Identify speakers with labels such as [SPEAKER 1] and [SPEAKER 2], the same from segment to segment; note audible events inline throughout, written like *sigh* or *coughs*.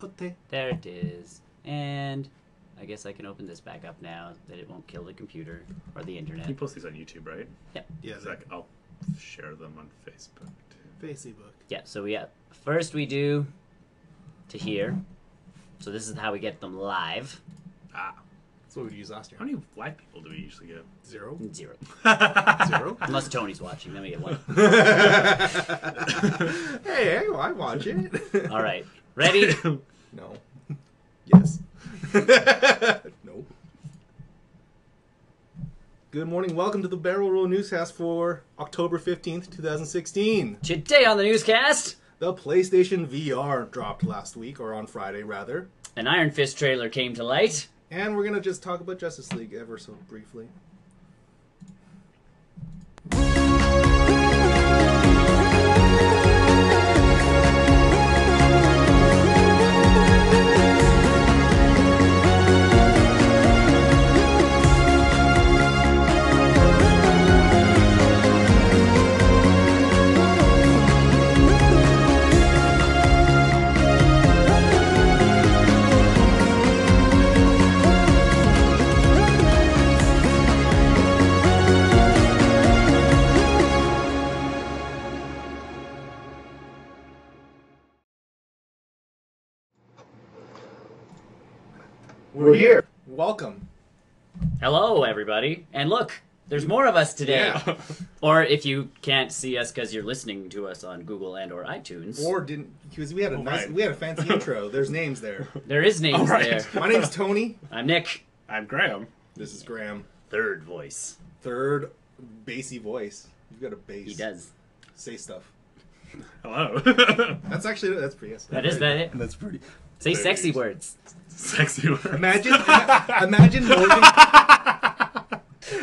[SPEAKER 1] Putte.
[SPEAKER 2] There it is. And I guess I can open this back up now that it won't kill the computer or the internet.
[SPEAKER 3] You post these on YouTube, right?
[SPEAKER 1] Yeah,
[SPEAKER 3] Is that- I'll share them on Facebook too.
[SPEAKER 1] Facebook.
[SPEAKER 2] Yeah, so we have first we do to here. So this is how we get them live.
[SPEAKER 3] Ah,
[SPEAKER 1] That's what we use last year.
[SPEAKER 3] how many live people do we usually get?
[SPEAKER 1] *laughs* Zero.
[SPEAKER 2] Zero.
[SPEAKER 1] Zero.
[SPEAKER 2] Unless Tony's watching, then we get one.
[SPEAKER 1] hey, hey, I watch *laughs* it.
[SPEAKER 2] All right. Ready?
[SPEAKER 1] No. Yes. *laughs* no. Good morning. Welcome to the Barrel Roll Newscast for October 15th, 2016.
[SPEAKER 2] Today on the newscast,
[SPEAKER 1] The PlayStation VR dropped last week, or on Friday rather.
[SPEAKER 2] an Iron Fist trailer came to light.
[SPEAKER 1] And we're going to just talk about Justice League ever so briefly. We're here. Welcome.
[SPEAKER 2] Hello, everybody. And look, there's more of us today.
[SPEAKER 1] Yeah.
[SPEAKER 2] *laughs* Or if you can't see us because you're listening to us on Google and or iTunes,
[SPEAKER 1] Or didn't because we had a
[SPEAKER 3] Oh,
[SPEAKER 1] nice,
[SPEAKER 3] right.
[SPEAKER 1] we had a fancy intro. There's names there.
[SPEAKER 2] there is names
[SPEAKER 3] All right.
[SPEAKER 2] there.
[SPEAKER 1] My *laughs* name's Tony.
[SPEAKER 2] I'm Nick.
[SPEAKER 3] *laughs* I'm Graham.
[SPEAKER 1] This is Graham.
[SPEAKER 2] Third voice.
[SPEAKER 1] Third bassy voice. You've got a bass.
[SPEAKER 2] He does.
[SPEAKER 1] Say stuff.
[SPEAKER 3] Hello.
[SPEAKER 1] That's actually that's pretty. Yes.
[SPEAKER 2] That is that it.
[SPEAKER 4] That's pretty.
[SPEAKER 2] Say
[SPEAKER 3] There
[SPEAKER 2] sexy
[SPEAKER 3] he is.
[SPEAKER 2] words.
[SPEAKER 3] *laughs* Sexy words. *laughs*
[SPEAKER 1] Imagine, imagine Morgan,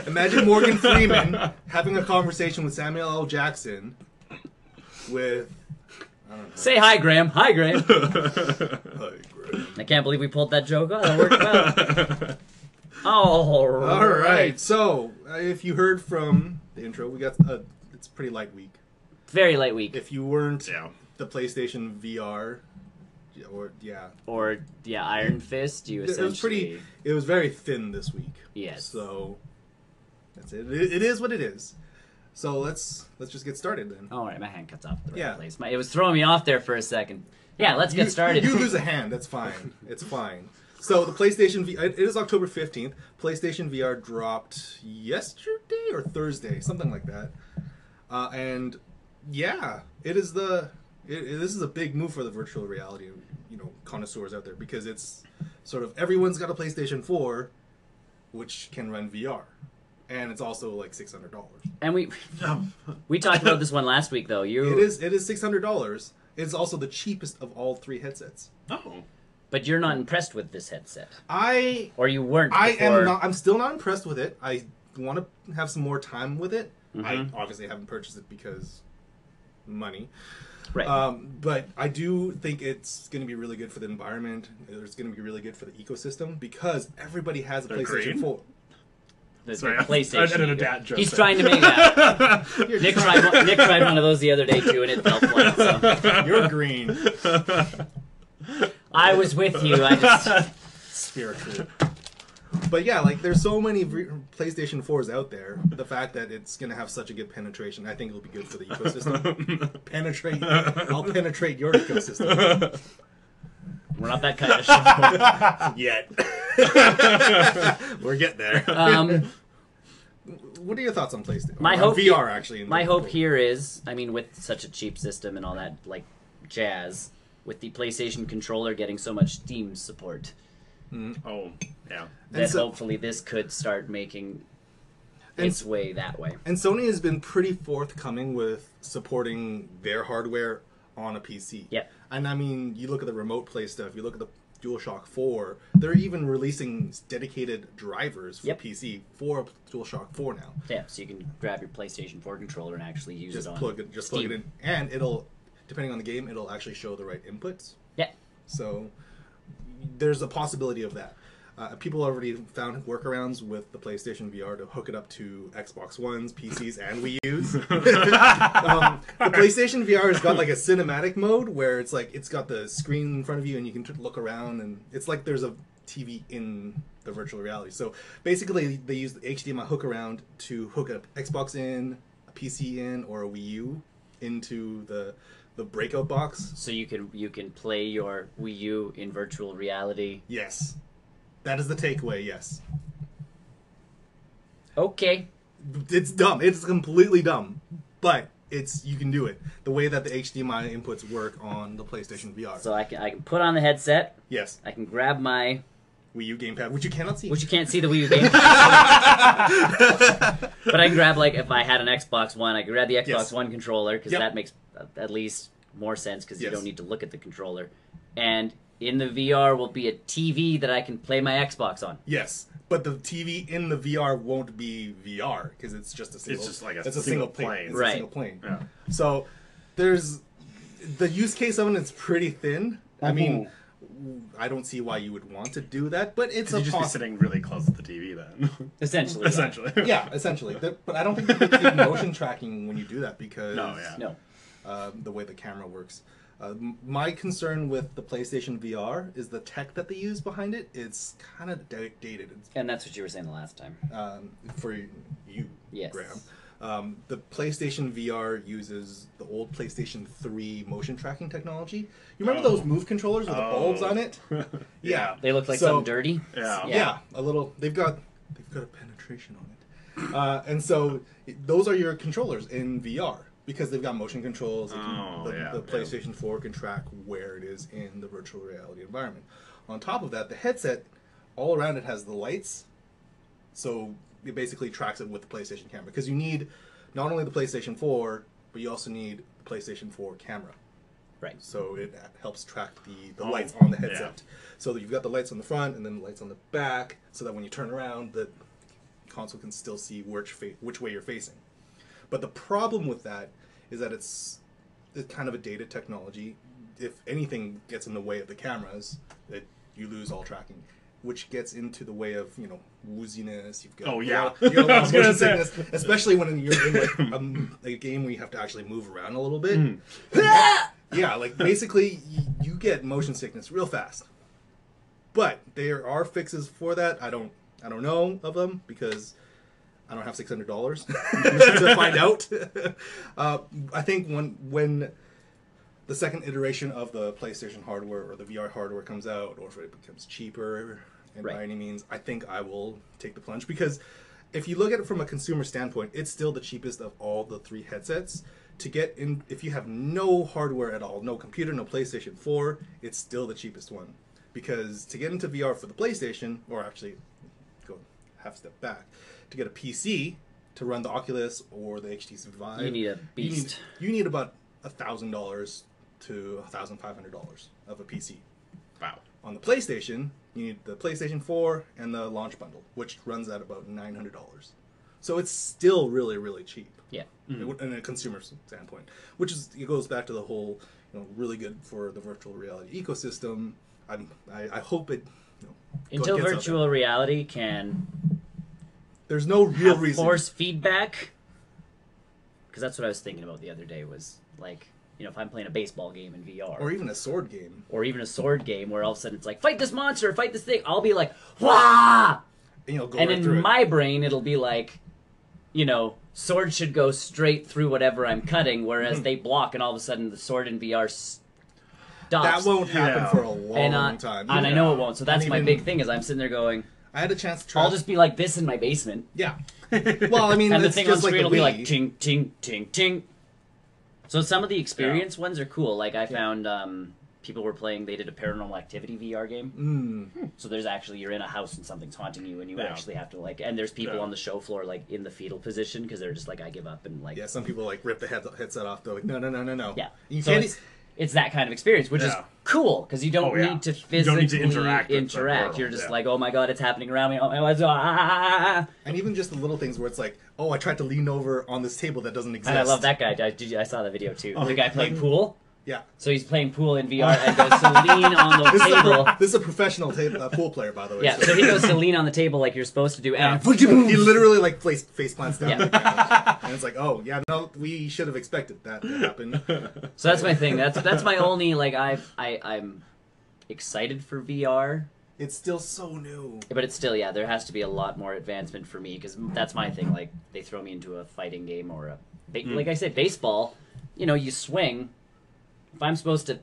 [SPEAKER 1] imagine Morgan Freeman having a conversation with Samuel L. Jackson. With
[SPEAKER 2] Say hi, Graham. Hi, Graham.
[SPEAKER 1] Hey, Graham.
[SPEAKER 2] *laughs* I can't believe we pulled that joke. Oh, that worked well. *laughs* All right.
[SPEAKER 1] all right. So uh, if you heard from the intro, we got uh, it's a pretty light week.
[SPEAKER 2] Very light week.
[SPEAKER 1] If you weren't
[SPEAKER 3] yeah.
[SPEAKER 1] the PlayStation VR, yeah, or yeah,
[SPEAKER 2] Or yeah, Iron Fist. You
[SPEAKER 1] it
[SPEAKER 2] essentially.
[SPEAKER 1] was pretty. It was very thin this week.
[SPEAKER 2] Yes.
[SPEAKER 1] So that's it. It, it is what it is. So let's let's just get started then.
[SPEAKER 2] All right, my hand cuts off at the right
[SPEAKER 1] Yeah.
[SPEAKER 2] place. My, it was throwing me off there for a second. Yeah, let's
[SPEAKER 1] You-
[SPEAKER 2] get started.
[SPEAKER 1] You lose a hand. That's fine. It's fine. So the PlayStation V. It it is October fifteenth. PlayStation VR dropped yesterday or Thursday, something like that. Uh, and yeah, it is the. It, it- this is a big move for the virtual reality, you know, connoisseurs out there because it's sort of everyone's got a PlayStation Four, which can run VR, and it's also like six hundred dollars.
[SPEAKER 2] *laughs* and we we talked about this one last week though. You
[SPEAKER 1] It is. It is six hundred dollars. It's also the cheapest of all three headsets.
[SPEAKER 3] Oh.
[SPEAKER 2] but you're not impressed with this headset,
[SPEAKER 1] I
[SPEAKER 2] or you weren't.
[SPEAKER 1] I
[SPEAKER 2] before.
[SPEAKER 1] am not. I'm still not impressed with it. I want to have some more time with it.
[SPEAKER 3] Mm-hmm.
[SPEAKER 1] I obviously haven't purchased it because money.
[SPEAKER 2] Right.
[SPEAKER 1] Um, but I do think it's going to be really good for the environment. It's going to be really good for the ecosystem because everybody has a
[SPEAKER 3] They're
[SPEAKER 1] PlayStation
[SPEAKER 3] green?
[SPEAKER 1] 4.
[SPEAKER 2] the,
[SPEAKER 3] Sorry,
[SPEAKER 2] the
[SPEAKER 3] I- I did
[SPEAKER 2] PlayStation.
[SPEAKER 3] a dad joke
[SPEAKER 2] He's
[SPEAKER 3] there.
[SPEAKER 2] trying to make that. Nick tried one, Nick tried one of those the other day too, and it fell flat. So
[SPEAKER 1] You're green,
[SPEAKER 2] I was with you. I just
[SPEAKER 1] spiritual. But yeah, like there's so many re- PlayStation 4s out there. The fact that it's going to have such a good penetration, I think it'll be good for the
[SPEAKER 3] *laughs*
[SPEAKER 1] ecosystem. penetrate. I'll penetrate your ecosystem.
[SPEAKER 2] we're not that kind of show.
[SPEAKER 3] Oh. *laughs*
[SPEAKER 1] yet. We're getting there.
[SPEAKER 3] Uh,
[SPEAKER 2] Um,
[SPEAKER 1] what are your thoughts on PlayStation?
[SPEAKER 2] My
[SPEAKER 1] on
[SPEAKER 2] hope
[SPEAKER 1] VR actually. in
[SPEAKER 2] my hope
[SPEAKER 1] general.
[SPEAKER 2] here is, I mean, with such a cheap system and all that like jazz, with the PlayStation controller getting so much Steam support,
[SPEAKER 3] Oh. Yeah.
[SPEAKER 1] And
[SPEAKER 2] that
[SPEAKER 1] so-
[SPEAKER 2] hopefully this could start making
[SPEAKER 1] And
[SPEAKER 2] its
[SPEAKER 1] s-
[SPEAKER 2] way that way.
[SPEAKER 1] And Sony has been pretty forthcoming with supporting their hardware on a PC.
[SPEAKER 2] Yep.
[SPEAKER 1] And I mean, you look at the remote play stuff. You look at the DualShock 4. They're even releasing dedicated drivers for
[SPEAKER 2] Yep.
[SPEAKER 1] PC for DualShock 4 now.
[SPEAKER 2] Yeah, so you can grab your PlayStation 4 controller and actually use
[SPEAKER 1] Just
[SPEAKER 2] it on
[SPEAKER 1] plug it. Just plug it
[SPEAKER 2] Steam.
[SPEAKER 1] in, and it'll, depending on the game, it'll actually show the right inputs.
[SPEAKER 2] Yeah,
[SPEAKER 1] So there's a possibility of that. Uh, people already found workarounds with the PlayStation VR to hook it up to Xbox Ones, PCs, and Wii U's. um, the PlayStation VR has got like a cinematic mode where it's like it's got the screen in front of you and you can t- look around and it's like there's a TV in the virtual reality. So basically, they use the HDMI hook around to hook up Xbox in, a PC in, or a Wii U into the the breakout box.
[SPEAKER 2] So you can you can play your Wii U in virtual reality.
[SPEAKER 1] Yes, that is the takeaway. Yes,
[SPEAKER 2] Okay.
[SPEAKER 1] it's dumb. It's completely dumb, but it's you can do it. The way that the HDMI inputs work on the PlayStation VR.
[SPEAKER 2] So I can I can put on the headset.
[SPEAKER 1] yes,
[SPEAKER 2] I can grab my
[SPEAKER 1] Wii U gamepad, which you cannot see.
[SPEAKER 2] which you can't see the Wii U game, *laughs* but I can grab like if I had an Xbox One, I could grab the Xbox
[SPEAKER 1] Yes.
[SPEAKER 2] One controller because
[SPEAKER 1] Yep.
[SPEAKER 2] that makes uh, at least more sense because you
[SPEAKER 1] Yes.
[SPEAKER 2] don't need to look at the controller. And in the VR will be a TV that I can play my Xbox on.
[SPEAKER 1] *laughs* Yes, but the TV in the VR won't be VR because it's just a single.
[SPEAKER 3] just like a
[SPEAKER 1] it's a
[SPEAKER 3] single
[SPEAKER 1] single plane.
[SPEAKER 3] plane.
[SPEAKER 1] It's
[SPEAKER 2] Right.
[SPEAKER 1] a single plane.
[SPEAKER 3] Yeah.
[SPEAKER 1] So there's the use case of it is pretty thin. I
[SPEAKER 2] Mm-hmm.
[SPEAKER 1] mean, I don't see why you would want to do that, but it's
[SPEAKER 3] So
[SPEAKER 1] a
[SPEAKER 3] you just be
[SPEAKER 1] possi-
[SPEAKER 3] sitting really close to the TV then.
[SPEAKER 2] Essentially.
[SPEAKER 3] *laughs*
[SPEAKER 2] yeah.
[SPEAKER 3] Essentially.
[SPEAKER 1] Yeah, essentially. The- But I don't think you can do motion tracking when you do that because
[SPEAKER 3] No, yeah.
[SPEAKER 2] No.
[SPEAKER 1] uh, the way the camera works. Uh, m- my concern with the PlayStation VR is the tech that they use behind it. It's kind of da- dated. It's
[SPEAKER 2] And that's what you were saying the last time.
[SPEAKER 1] um, for you,
[SPEAKER 2] Yes.
[SPEAKER 1] Graham. Um, the PlayStation VR uses the old PlayStation 3 motion tracking technology. You remember
[SPEAKER 3] Oh.
[SPEAKER 1] those Move controllers with the
[SPEAKER 3] Oh.
[SPEAKER 1] bulbs on it?
[SPEAKER 3] *laughs* yeah.
[SPEAKER 1] Yeah.
[SPEAKER 2] They look like
[SPEAKER 1] So-
[SPEAKER 2] something dirty.
[SPEAKER 3] Yeah.
[SPEAKER 1] Yeah. a little. They've got they've got a penetration on it, uh, and so those are your controllers in VR because they've got motion controls. they can-
[SPEAKER 3] Oh,
[SPEAKER 1] the,
[SPEAKER 3] yeah,
[SPEAKER 1] the
[SPEAKER 3] yeah.
[SPEAKER 1] PlayStation 4 can track where it is in the virtual reality environment. On top of that, the headset all around it has the lights, so it basically tracks it with the PlayStation camera because you need not only the PlayStation 4 but you also need the PlayStation 4 camera
[SPEAKER 2] Right.
[SPEAKER 1] so it helps track the, the
[SPEAKER 3] Oh,
[SPEAKER 1] lights on the
[SPEAKER 3] yeah.
[SPEAKER 1] headset. So that you've got the lights on the front and then the lights on the back, so that when you turn around, the console can still see which fa- which way you're facing. But the problem with that is that it's it's kind of a dated technology. If anything gets in the way of the cameras, it, you lose all tracking, which gets into the way of you know wooziness. You've got
[SPEAKER 3] Oh, yeah. *laughs*
[SPEAKER 1] you got a
[SPEAKER 3] I
[SPEAKER 1] lot
[SPEAKER 3] was
[SPEAKER 1] of
[SPEAKER 3] gonna
[SPEAKER 1] motion
[SPEAKER 3] say.
[SPEAKER 1] sickness, especially when you're in like, um, a game where you have to actually move around a little bit.
[SPEAKER 3] Mm.
[SPEAKER 1] *laughs* Yeah, like basically, y- you get motion sickness real fast. But there are fixes for that. I don't, I don't know of them because I don't have six hundred dollars *laughs* to find out. *laughs* uh, I think when when the second iteration of the PlayStation hardware or the VR hardware comes out, or if it becomes cheaper, and
[SPEAKER 2] Right.
[SPEAKER 1] by any means, I think I will take the plunge because if you look at it from a consumer standpoint, it's still the cheapest of all the three headsets. To get in, if you have no hardware at all, no computer, no PlayStation 4, it's still the cheapest one. Because to get into VR for the PlayStation, or actually, go half step back, to get a PC to run the Oculus or the HTC Vive,
[SPEAKER 2] You need a
[SPEAKER 1] you need-
[SPEAKER 2] beast.
[SPEAKER 1] You need about a thousand dollars to a thousand five hundred dollars of a PC.
[SPEAKER 3] Wow.
[SPEAKER 1] On the PlayStation, you need the PlayStation Four and the launch bundle, which runs at about nine hundred dollars. So it's still really, really cheap
[SPEAKER 2] Yeah.
[SPEAKER 1] in a consumer standpoint, which is it goes back to the whole, you know, really good for the virtual reality ecosystem. I'm, I, I hope it. You know, go-
[SPEAKER 2] Until
[SPEAKER 1] gets out there.
[SPEAKER 2] virtual reality can
[SPEAKER 1] there's no real
[SPEAKER 2] have
[SPEAKER 1] reason.
[SPEAKER 2] force feedback because that's what i was thinking about the other day was like you know if i'm playing a baseball game in vr
[SPEAKER 1] or
[SPEAKER 2] or,
[SPEAKER 1] even a sword game.
[SPEAKER 2] even a sword game where all of a sudden it's like fight this monster fight this thing i'll be like wah
[SPEAKER 1] You know, go
[SPEAKER 2] and
[SPEAKER 1] right
[SPEAKER 2] in
[SPEAKER 1] through it.
[SPEAKER 2] my brain it'll be like you know sword should go straight through whatever i'm cutting
[SPEAKER 1] Hmm.
[SPEAKER 2] whereas they block and all of a sudden the sword in vr stops
[SPEAKER 1] that won't happen
[SPEAKER 3] Yeah.
[SPEAKER 1] for a long
[SPEAKER 2] and, uh,
[SPEAKER 1] time.
[SPEAKER 2] and i know it won't so that's
[SPEAKER 1] And
[SPEAKER 2] my
[SPEAKER 1] even-
[SPEAKER 2] big thing is i'm sitting there going
[SPEAKER 1] I had a chance to try.
[SPEAKER 2] i'll just be like this in my basement
[SPEAKER 1] *laughs* yeah. Well, I mean,
[SPEAKER 2] and the
[SPEAKER 1] it's
[SPEAKER 2] thing on
[SPEAKER 1] just like the
[SPEAKER 2] screen will be like
[SPEAKER 1] Wii.
[SPEAKER 2] ting ting ting ting. So some of the experience ones are cool. Like I found um, people were playing. They did a Paranormal Activity VR game.
[SPEAKER 1] Mm.
[SPEAKER 2] So there's actually you're in a house and something's haunting you, and you
[SPEAKER 3] Hmm. Yeah.
[SPEAKER 2] actually have to like. And there's people
[SPEAKER 3] Yeah.
[SPEAKER 2] on the show floor like in the fetal position because they're just like I give up and like
[SPEAKER 1] Yeah, some people like rip the head, headset off. They're like, no, no, no, no, no.
[SPEAKER 2] yeah.
[SPEAKER 1] You
[SPEAKER 2] so
[SPEAKER 1] can't. e-,
[SPEAKER 2] it's, it's that kind of experience, which is
[SPEAKER 3] e-, Yeah.
[SPEAKER 2] cool because you don't
[SPEAKER 3] Oh, yeah.
[SPEAKER 2] need to
[SPEAKER 3] You don't
[SPEAKER 2] physically
[SPEAKER 3] need to interact with the
[SPEAKER 2] interact.
[SPEAKER 3] world,
[SPEAKER 2] You're just
[SPEAKER 3] yeah.
[SPEAKER 2] like, oh my god, it's happening around me. Oh my god, ah.
[SPEAKER 1] and even just the little things where it's like, oh, I tried to lean over on this table that doesn't exist.
[SPEAKER 2] And I love that guy. I, did you- I saw that video too.
[SPEAKER 3] Oh,
[SPEAKER 2] the guy playing pool.
[SPEAKER 1] Yeah.
[SPEAKER 2] So he's playing pool in VR and goes to lean on
[SPEAKER 3] *laughs*
[SPEAKER 2] the
[SPEAKER 1] This is a,
[SPEAKER 2] table.
[SPEAKER 1] pro- *laughs* this is a professional ta- uh, pool player, by the way.
[SPEAKER 2] Yeah, so
[SPEAKER 1] *laughs*
[SPEAKER 2] he goes to lean on the table like you're supposed to do, and
[SPEAKER 3] *laughs*
[SPEAKER 1] he literally like place, face plants down,
[SPEAKER 2] Yeah.
[SPEAKER 1] like that. *laughs* and it's like, oh yeah, no, we should have expected that to *laughs* happen.
[SPEAKER 2] *laughs* So that's my thing. That's that's my only like I I I'm excited for VR,
[SPEAKER 1] It's still so new.
[SPEAKER 2] but it's still yeah. There has to be a lot more advancement for me because that's my thing. Like they throw me into a fighting game or a ba-
[SPEAKER 3] Mm.
[SPEAKER 2] like I said baseball. You know, you swing. If I'm supposed to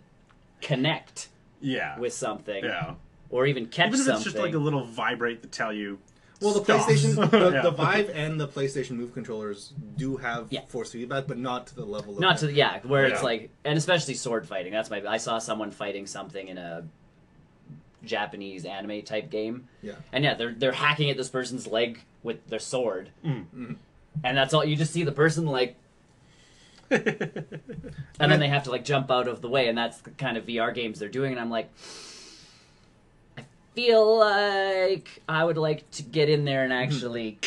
[SPEAKER 2] connect
[SPEAKER 3] yeah.
[SPEAKER 2] with something
[SPEAKER 3] yeah.
[SPEAKER 2] or even catch
[SPEAKER 3] Even if
[SPEAKER 2] something,
[SPEAKER 3] it's just like a little vibrate to tell you.
[SPEAKER 1] Well, the
[SPEAKER 3] Stop. *laughs*
[SPEAKER 1] PlayStation, the, *laughs*
[SPEAKER 3] Yeah.
[SPEAKER 1] the Vive, and the PlayStation Move controllers do have
[SPEAKER 2] Yeah.
[SPEAKER 1] force feedback, but not to the level of
[SPEAKER 2] not to the, yeah where it's
[SPEAKER 3] Yeah.
[SPEAKER 2] like and especially sword fighting. That's my I saw someone fighting something in a Japanese anime type game.
[SPEAKER 1] yeah.
[SPEAKER 2] And yeah, they're they're hacking at this person's leg with their sword.
[SPEAKER 3] Mm.
[SPEAKER 1] Mhm.
[SPEAKER 2] And that's all you just see the
[SPEAKER 3] *laughs*
[SPEAKER 2] person like and then they have to like jump out of the way and that's the kind of VR games they're doing and I'm like I feel like I would like to get in there and actually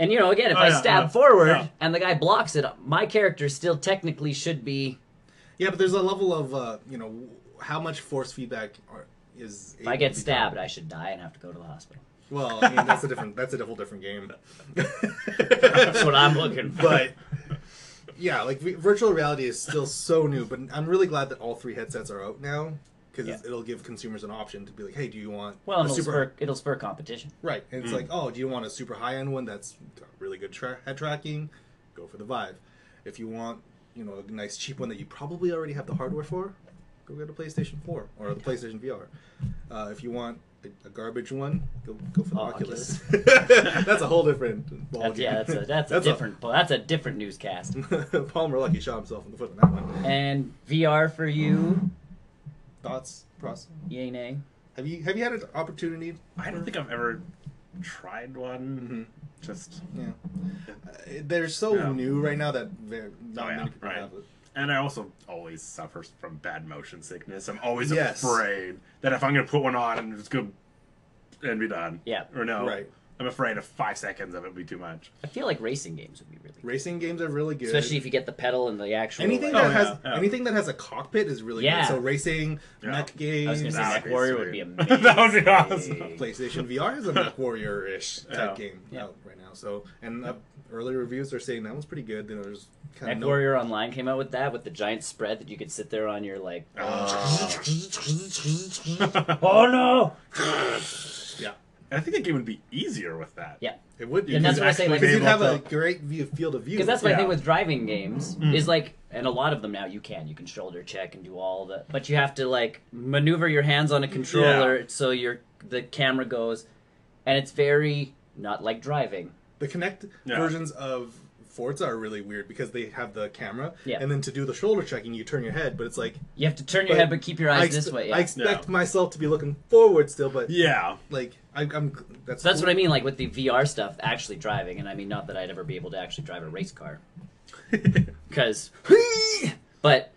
[SPEAKER 2] And you know, again, if
[SPEAKER 3] Mm-hmm. Oh,
[SPEAKER 2] I
[SPEAKER 3] yeah,
[SPEAKER 2] stab
[SPEAKER 3] yeah,
[SPEAKER 2] forward
[SPEAKER 3] yeah.
[SPEAKER 2] and the guy blocks it, my character still technically should be
[SPEAKER 1] Yeah, but there's a level of uh, you know how much force feedback are, is.
[SPEAKER 2] if I get stabbed, I should die and have to go to the hospital.
[SPEAKER 1] Well, I mean, that's a different. That's a whole different game.
[SPEAKER 2] That's
[SPEAKER 1] *laughs*
[SPEAKER 2] what
[SPEAKER 3] *laughs*
[SPEAKER 2] I'm looking for.
[SPEAKER 1] but yeah, like vi- virtual reality is still so new. But I'm really glad that all three headsets are out now because
[SPEAKER 2] Yeah.
[SPEAKER 1] it'll give consumers an option to be like, hey, do you want
[SPEAKER 2] Well,
[SPEAKER 1] a
[SPEAKER 2] it'll
[SPEAKER 1] super
[SPEAKER 2] spur it'll spur competition.
[SPEAKER 1] right? And
[SPEAKER 3] Hmm.
[SPEAKER 1] it's like, oh, do you want a super high end one that's got really good tra- head tracking? Go for the Vive. If you want, you know, a nice cheap one that you probably already have the hardware for, go get a PlayStation 4 or the PlayStation VR. Uh, if you want a, a garbage one, go go for the
[SPEAKER 2] Oh,
[SPEAKER 1] Oculus. *laughs* that's a whole different. Ball
[SPEAKER 2] That's, yeah,
[SPEAKER 3] *laughs*
[SPEAKER 2] that's a that's, a different well, that's a different newscast.
[SPEAKER 1] *laughs* Palmer lucky shot himself in the foot on that one.
[SPEAKER 2] And VR for you,
[SPEAKER 1] Thoughts, Ross?
[SPEAKER 2] yay nay.
[SPEAKER 1] Have you have you had an opportunity?
[SPEAKER 3] I don't think I've ever tried one. Mm-hmm. Just
[SPEAKER 1] Yeah, uh, they're so
[SPEAKER 3] Yeah.
[SPEAKER 1] new right now that very, not
[SPEAKER 3] Oh, yeah,
[SPEAKER 1] many people
[SPEAKER 3] right.
[SPEAKER 1] have it.
[SPEAKER 3] And I also always suffer from bad motion sickness. I'm always
[SPEAKER 1] Yes.
[SPEAKER 3] afraid that if I'm going to put one on and it's going to and be done.
[SPEAKER 2] Yeah.
[SPEAKER 3] Or no.
[SPEAKER 1] Right.
[SPEAKER 3] I'm afraid of five seconds of it would be too much.
[SPEAKER 2] I feel like racing games would be really good.
[SPEAKER 1] Racing games are really good,
[SPEAKER 2] Especially if you get the pedal and the actual
[SPEAKER 1] anything
[SPEAKER 2] like,
[SPEAKER 1] that
[SPEAKER 3] Oh,
[SPEAKER 1] has
[SPEAKER 3] yeah, yeah.
[SPEAKER 1] anything that has a cockpit is really
[SPEAKER 2] Yeah.
[SPEAKER 1] good. So racing,
[SPEAKER 3] Yeah.
[SPEAKER 1] mech
[SPEAKER 2] I was
[SPEAKER 1] games,
[SPEAKER 2] gonna say
[SPEAKER 3] That would
[SPEAKER 2] Mech
[SPEAKER 3] be
[SPEAKER 2] Warrior would be
[SPEAKER 3] sweet. *laughs*
[SPEAKER 2] amazing.
[SPEAKER 3] That would be awesome.
[SPEAKER 1] PlayStation VR has a mech warrior
[SPEAKER 3] *laughs*
[SPEAKER 1] ish type
[SPEAKER 3] Yeah.
[SPEAKER 1] game
[SPEAKER 2] Yeah.
[SPEAKER 1] out right now. So and uh, early reviews are saying that one's pretty good. You know, there's kind
[SPEAKER 2] Mech
[SPEAKER 1] of no
[SPEAKER 2] Warrior Online came out with that with the giant spread that you could sit there on your like
[SPEAKER 3] Oh. *laughs*
[SPEAKER 2] Oh no
[SPEAKER 1] *laughs* yeah.
[SPEAKER 3] I think that game would be easier with that.
[SPEAKER 2] Yeah.
[SPEAKER 1] It would be
[SPEAKER 2] And that's what I say, like-
[SPEAKER 1] because you'd
[SPEAKER 3] Be
[SPEAKER 1] have
[SPEAKER 3] able
[SPEAKER 1] a
[SPEAKER 3] to-
[SPEAKER 1] great view, field of view.
[SPEAKER 2] Because that's my
[SPEAKER 3] Yeah.
[SPEAKER 2] thing with driving games
[SPEAKER 1] Mm.
[SPEAKER 2] is like, and a lot of them now you can you can shoulder check and do all the, but you have to like maneuver your hands on a controller so your the camera goes, and it's very not like driving.
[SPEAKER 1] The Kinect
[SPEAKER 3] Yeah.
[SPEAKER 1] versions of Forza are really weird because they have the camera,
[SPEAKER 2] Yeah.
[SPEAKER 1] and then to do the shoulder checking, you turn your head, but it's like
[SPEAKER 2] You have to turn your
[SPEAKER 1] But
[SPEAKER 2] head but keep your
[SPEAKER 1] I,
[SPEAKER 2] eyes
[SPEAKER 1] ex-
[SPEAKER 2] this way. Yeah.
[SPEAKER 1] I expect myself to be looking forward still, but
[SPEAKER 3] Yeah.
[SPEAKER 1] like I, I'm gl- that's
[SPEAKER 2] so that's what I mean, like with the VR stuff, actually driving, and I mean not that I'd ever be able to actually drive a race car,
[SPEAKER 1] *laughs*
[SPEAKER 2] *laughs* because, but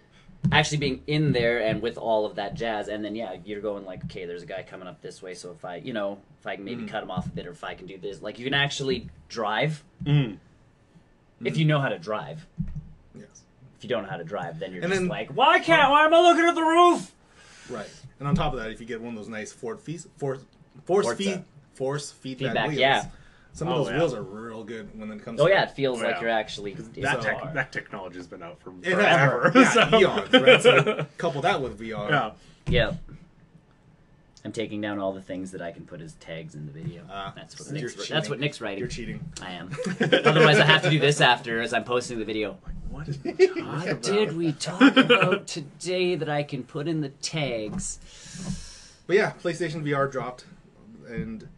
[SPEAKER 2] actually being in there and with all of that jazz, and then yeah, you're going like, okay, there's a guy coming up this way, so if I, you know, if I can maybe cut him off a bit, or if I can do this, like you can actually drive
[SPEAKER 3] Mm.
[SPEAKER 2] if you know how to drive.
[SPEAKER 1] Yes,
[SPEAKER 2] If you don't know how to drive, then you're
[SPEAKER 1] And
[SPEAKER 2] just
[SPEAKER 1] then-
[SPEAKER 2] like, why can't? Why am I looking at the roof?
[SPEAKER 1] right. And on top of that, if you get one of those nice Ford fees, force force
[SPEAKER 2] Forza.
[SPEAKER 1] feed force feedback,
[SPEAKER 2] Feedback,
[SPEAKER 1] wheels.
[SPEAKER 2] yeah.
[SPEAKER 1] Some of
[SPEAKER 3] Oh,
[SPEAKER 1] those
[SPEAKER 3] yeah.
[SPEAKER 1] wheels are real good when it comes.
[SPEAKER 2] Oh
[SPEAKER 1] to
[SPEAKER 2] yeah, it feels
[SPEAKER 3] Oh,
[SPEAKER 2] like
[SPEAKER 3] yeah.
[SPEAKER 2] you're actually. in
[SPEAKER 3] That,
[SPEAKER 2] the
[SPEAKER 3] tech,
[SPEAKER 2] car.
[SPEAKER 3] that technology has been out for
[SPEAKER 1] It has-
[SPEAKER 3] forever.
[SPEAKER 1] yeah,
[SPEAKER 3] *laughs* so-
[SPEAKER 1] eons, right? So
[SPEAKER 3] *laughs*
[SPEAKER 1] couple that with VR.
[SPEAKER 3] yeah.
[SPEAKER 2] Yeah. I'm taking down all the things that I can put as tags in the video.
[SPEAKER 1] Ah,
[SPEAKER 2] that's what
[SPEAKER 1] so you're
[SPEAKER 2] Nick's,
[SPEAKER 1] cheating.
[SPEAKER 2] that's what Nick's
[SPEAKER 1] You're
[SPEAKER 2] writing.
[SPEAKER 1] cheating.
[SPEAKER 2] I am. Otherwise, I have to do this after as I'm posting the video.
[SPEAKER 3] Like, what
[SPEAKER 1] *laughs*
[SPEAKER 3] is it?
[SPEAKER 2] What did we talk about today that I can put in the tags?
[SPEAKER 1] But yeah, PlayStation VR dropped, and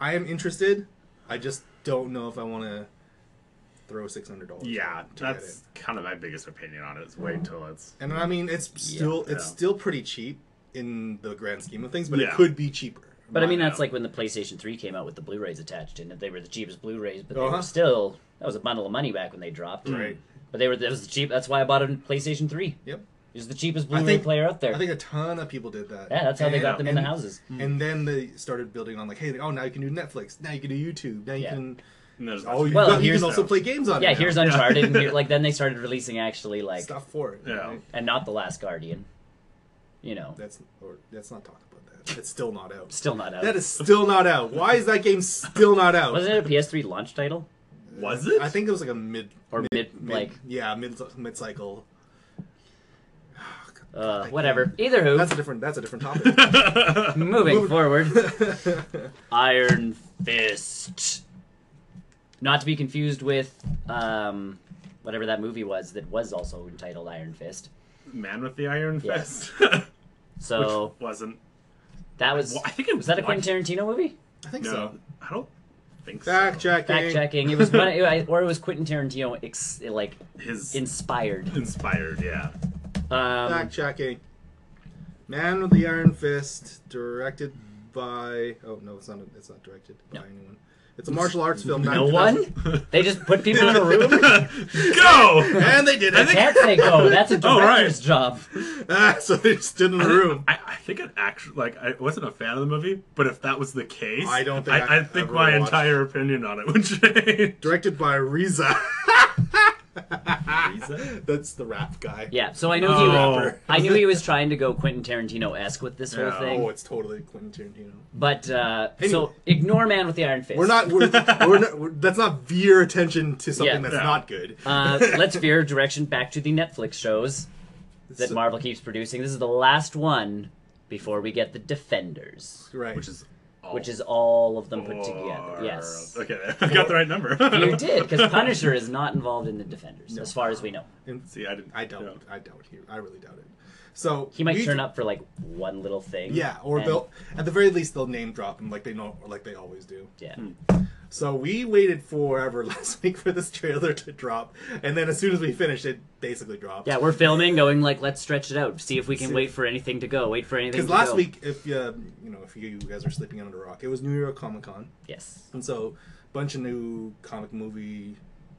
[SPEAKER 1] I am interested. I just don't know if I want to throw six hundred dollars.
[SPEAKER 3] Yeah,
[SPEAKER 1] to get it.
[SPEAKER 3] that's kind of my biggest opinion on it. Is wait till it's.
[SPEAKER 1] And I mean, it's still it's
[SPEAKER 3] Yeah.
[SPEAKER 1] still pretty cheap in the grand scheme of things, but it
[SPEAKER 3] Yeah.
[SPEAKER 1] could be cheaper.
[SPEAKER 2] But I mean,
[SPEAKER 3] Wow.
[SPEAKER 2] that's like when the PlayStation 3 came out with the Blu-rays attached, and they were the cheapest Blu-rays, but they
[SPEAKER 1] Uh-huh.
[SPEAKER 2] were still that was a bundle of money back when they dropped.
[SPEAKER 1] Right.
[SPEAKER 2] But they were that was the cheap. That's why I bought a PlayStation 3.
[SPEAKER 1] Yep.
[SPEAKER 2] It was the cheapest Blu-ray
[SPEAKER 1] think-
[SPEAKER 2] player out there.
[SPEAKER 1] I think a ton of people did that.
[SPEAKER 2] yeah, that's how they
[SPEAKER 1] And-
[SPEAKER 2] got them in the
[SPEAKER 1] and-
[SPEAKER 2] houses.
[SPEAKER 3] Mm.
[SPEAKER 1] And then they started building on like, hey, oh, now you can do Netflix, now you can do YouTube, now you
[SPEAKER 2] Yeah.
[SPEAKER 1] can
[SPEAKER 3] And there's
[SPEAKER 1] Oh, you,
[SPEAKER 2] Well,
[SPEAKER 1] got- you
[SPEAKER 2] here's-
[SPEAKER 1] can also play games on. it
[SPEAKER 2] yeah,
[SPEAKER 1] now.
[SPEAKER 2] here's Uncharted. and here, like then they started releasing actually
[SPEAKER 1] *laughs*
[SPEAKER 2] like
[SPEAKER 1] stuff for it.
[SPEAKER 3] Yeah.
[SPEAKER 1] right?
[SPEAKER 2] and not the Last Guardian. You know,
[SPEAKER 1] That's or let's not talk about that. It's still not out.
[SPEAKER 2] still not out.
[SPEAKER 1] That is still not out. Why is that game still not out?
[SPEAKER 2] Wasn't it a PS3 launch title
[SPEAKER 3] was it?
[SPEAKER 1] I think it was like a mid
[SPEAKER 2] or mid, like
[SPEAKER 1] yeah mid mid cycle.
[SPEAKER 2] uh, whatever? Either who.
[SPEAKER 1] That's a different. That's a different topic.
[SPEAKER 2] Moving
[SPEAKER 1] Move- *laughs*
[SPEAKER 2] forward, *laughs* Iron Fist. Not to be confused with um, whatever that movie was that was also entitled Iron Fist.
[SPEAKER 3] *laughs* Man with the Iron
[SPEAKER 2] Yes.
[SPEAKER 3] Fist. *laughs* Which
[SPEAKER 2] So
[SPEAKER 3] wasn't.
[SPEAKER 2] that was
[SPEAKER 3] Well, I think it
[SPEAKER 2] was that a
[SPEAKER 3] one-
[SPEAKER 2] Quentin Tarantino movie?
[SPEAKER 1] I think
[SPEAKER 3] No,
[SPEAKER 1] so.
[SPEAKER 3] I don't think
[SPEAKER 1] Fact
[SPEAKER 3] so.
[SPEAKER 1] checking.
[SPEAKER 2] Fact
[SPEAKER 1] *laughs*
[SPEAKER 2] checking. It
[SPEAKER 3] *laughs*
[SPEAKER 2] was one, or it was Quentin Tarantino ex, like
[SPEAKER 3] His
[SPEAKER 2] inspired.
[SPEAKER 3] inspired, yeah.
[SPEAKER 2] Um,
[SPEAKER 1] Fact checking. Man with the Iron Fist, directed by. Oh no, it's not. It's not directed by
[SPEAKER 2] No.
[SPEAKER 1] anyone. It's a martial arts film. not-
[SPEAKER 2] no one. They just put people in a room.
[SPEAKER 3] *laughs*
[SPEAKER 2] *laughs*
[SPEAKER 1] *laughs*
[SPEAKER 3] Go.
[SPEAKER 1] And they did
[SPEAKER 3] I
[SPEAKER 1] it.
[SPEAKER 3] think-
[SPEAKER 2] Can't they go? That's a
[SPEAKER 3] *laughs* Oh, right.
[SPEAKER 2] director's job.
[SPEAKER 1] *laughs* Ah, so they just stood in a room.
[SPEAKER 3] I, I think it actually like I wasn't a fan of the movie, but if that was the case,
[SPEAKER 1] I don't think
[SPEAKER 3] I, I
[SPEAKER 1] I've
[SPEAKER 3] think
[SPEAKER 1] ever
[SPEAKER 3] my
[SPEAKER 1] watched-
[SPEAKER 3] entire opinion on it would *laughs* change.
[SPEAKER 1] Directed by Riza. *laughs* Ah.
[SPEAKER 3] Riza?
[SPEAKER 1] That's the rap guy.
[SPEAKER 2] Yeah. So I knew he.
[SPEAKER 3] Oh.
[SPEAKER 2] Was, I knew he was trying to go Quentin Tarantino esque with this whole
[SPEAKER 3] Yeah.
[SPEAKER 2] thing.
[SPEAKER 1] Oh, it's totally Quentin Tarantino.
[SPEAKER 2] But uh,
[SPEAKER 1] Anyway.
[SPEAKER 2] so ignore Man with the Iron Fist.
[SPEAKER 1] We're not. We're, we're not. We're, that's not veer attention to something
[SPEAKER 2] Yeah.
[SPEAKER 1] that's
[SPEAKER 3] Yeah.
[SPEAKER 1] not good.
[SPEAKER 2] Uh, let's veer direction back to the Netflix shows that
[SPEAKER 1] So-
[SPEAKER 2] Marvel keeps producing. This is the last one before we get the Defenders,
[SPEAKER 1] *laughs* right.
[SPEAKER 3] Which is all
[SPEAKER 2] which is all of them put
[SPEAKER 3] four-
[SPEAKER 2] together. Yes.
[SPEAKER 3] Okay, *laughs* I got the right number.
[SPEAKER 2] You did, because Punisher is not involved in the Defenders,
[SPEAKER 1] No.
[SPEAKER 2] as far as we know.
[SPEAKER 3] *laughs*
[SPEAKER 1] And
[SPEAKER 3] See, I didn't.
[SPEAKER 1] I doubt.
[SPEAKER 3] yeah.
[SPEAKER 1] I doubt he. I really doubt it. So
[SPEAKER 2] He might
[SPEAKER 1] we-
[SPEAKER 2] turn up for like one little thing.
[SPEAKER 1] Yeah, or
[SPEAKER 2] and-
[SPEAKER 1] they'll at the very least they'll name drop him like they know, or like they always do.
[SPEAKER 2] Yeah.
[SPEAKER 1] So we waited forever *laughs* last week for this trailer to drop, and then as soon as we finished, it basically dropped.
[SPEAKER 2] Yeah, we're filming, going like, let's stretch it out, see if we can
[SPEAKER 1] See-
[SPEAKER 2] wait for anything to go, wait for anything.
[SPEAKER 1] because
[SPEAKER 2] to
[SPEAKER 1] last
[SPEAKER 2] go.
[SPEAKER 1] week, if uh, you know, if you guys are sleeping under a rock, it was New York Comic Con,
[SPEAKER 2] yes,
[SPEAKER 1] and so a bunch of new comic movie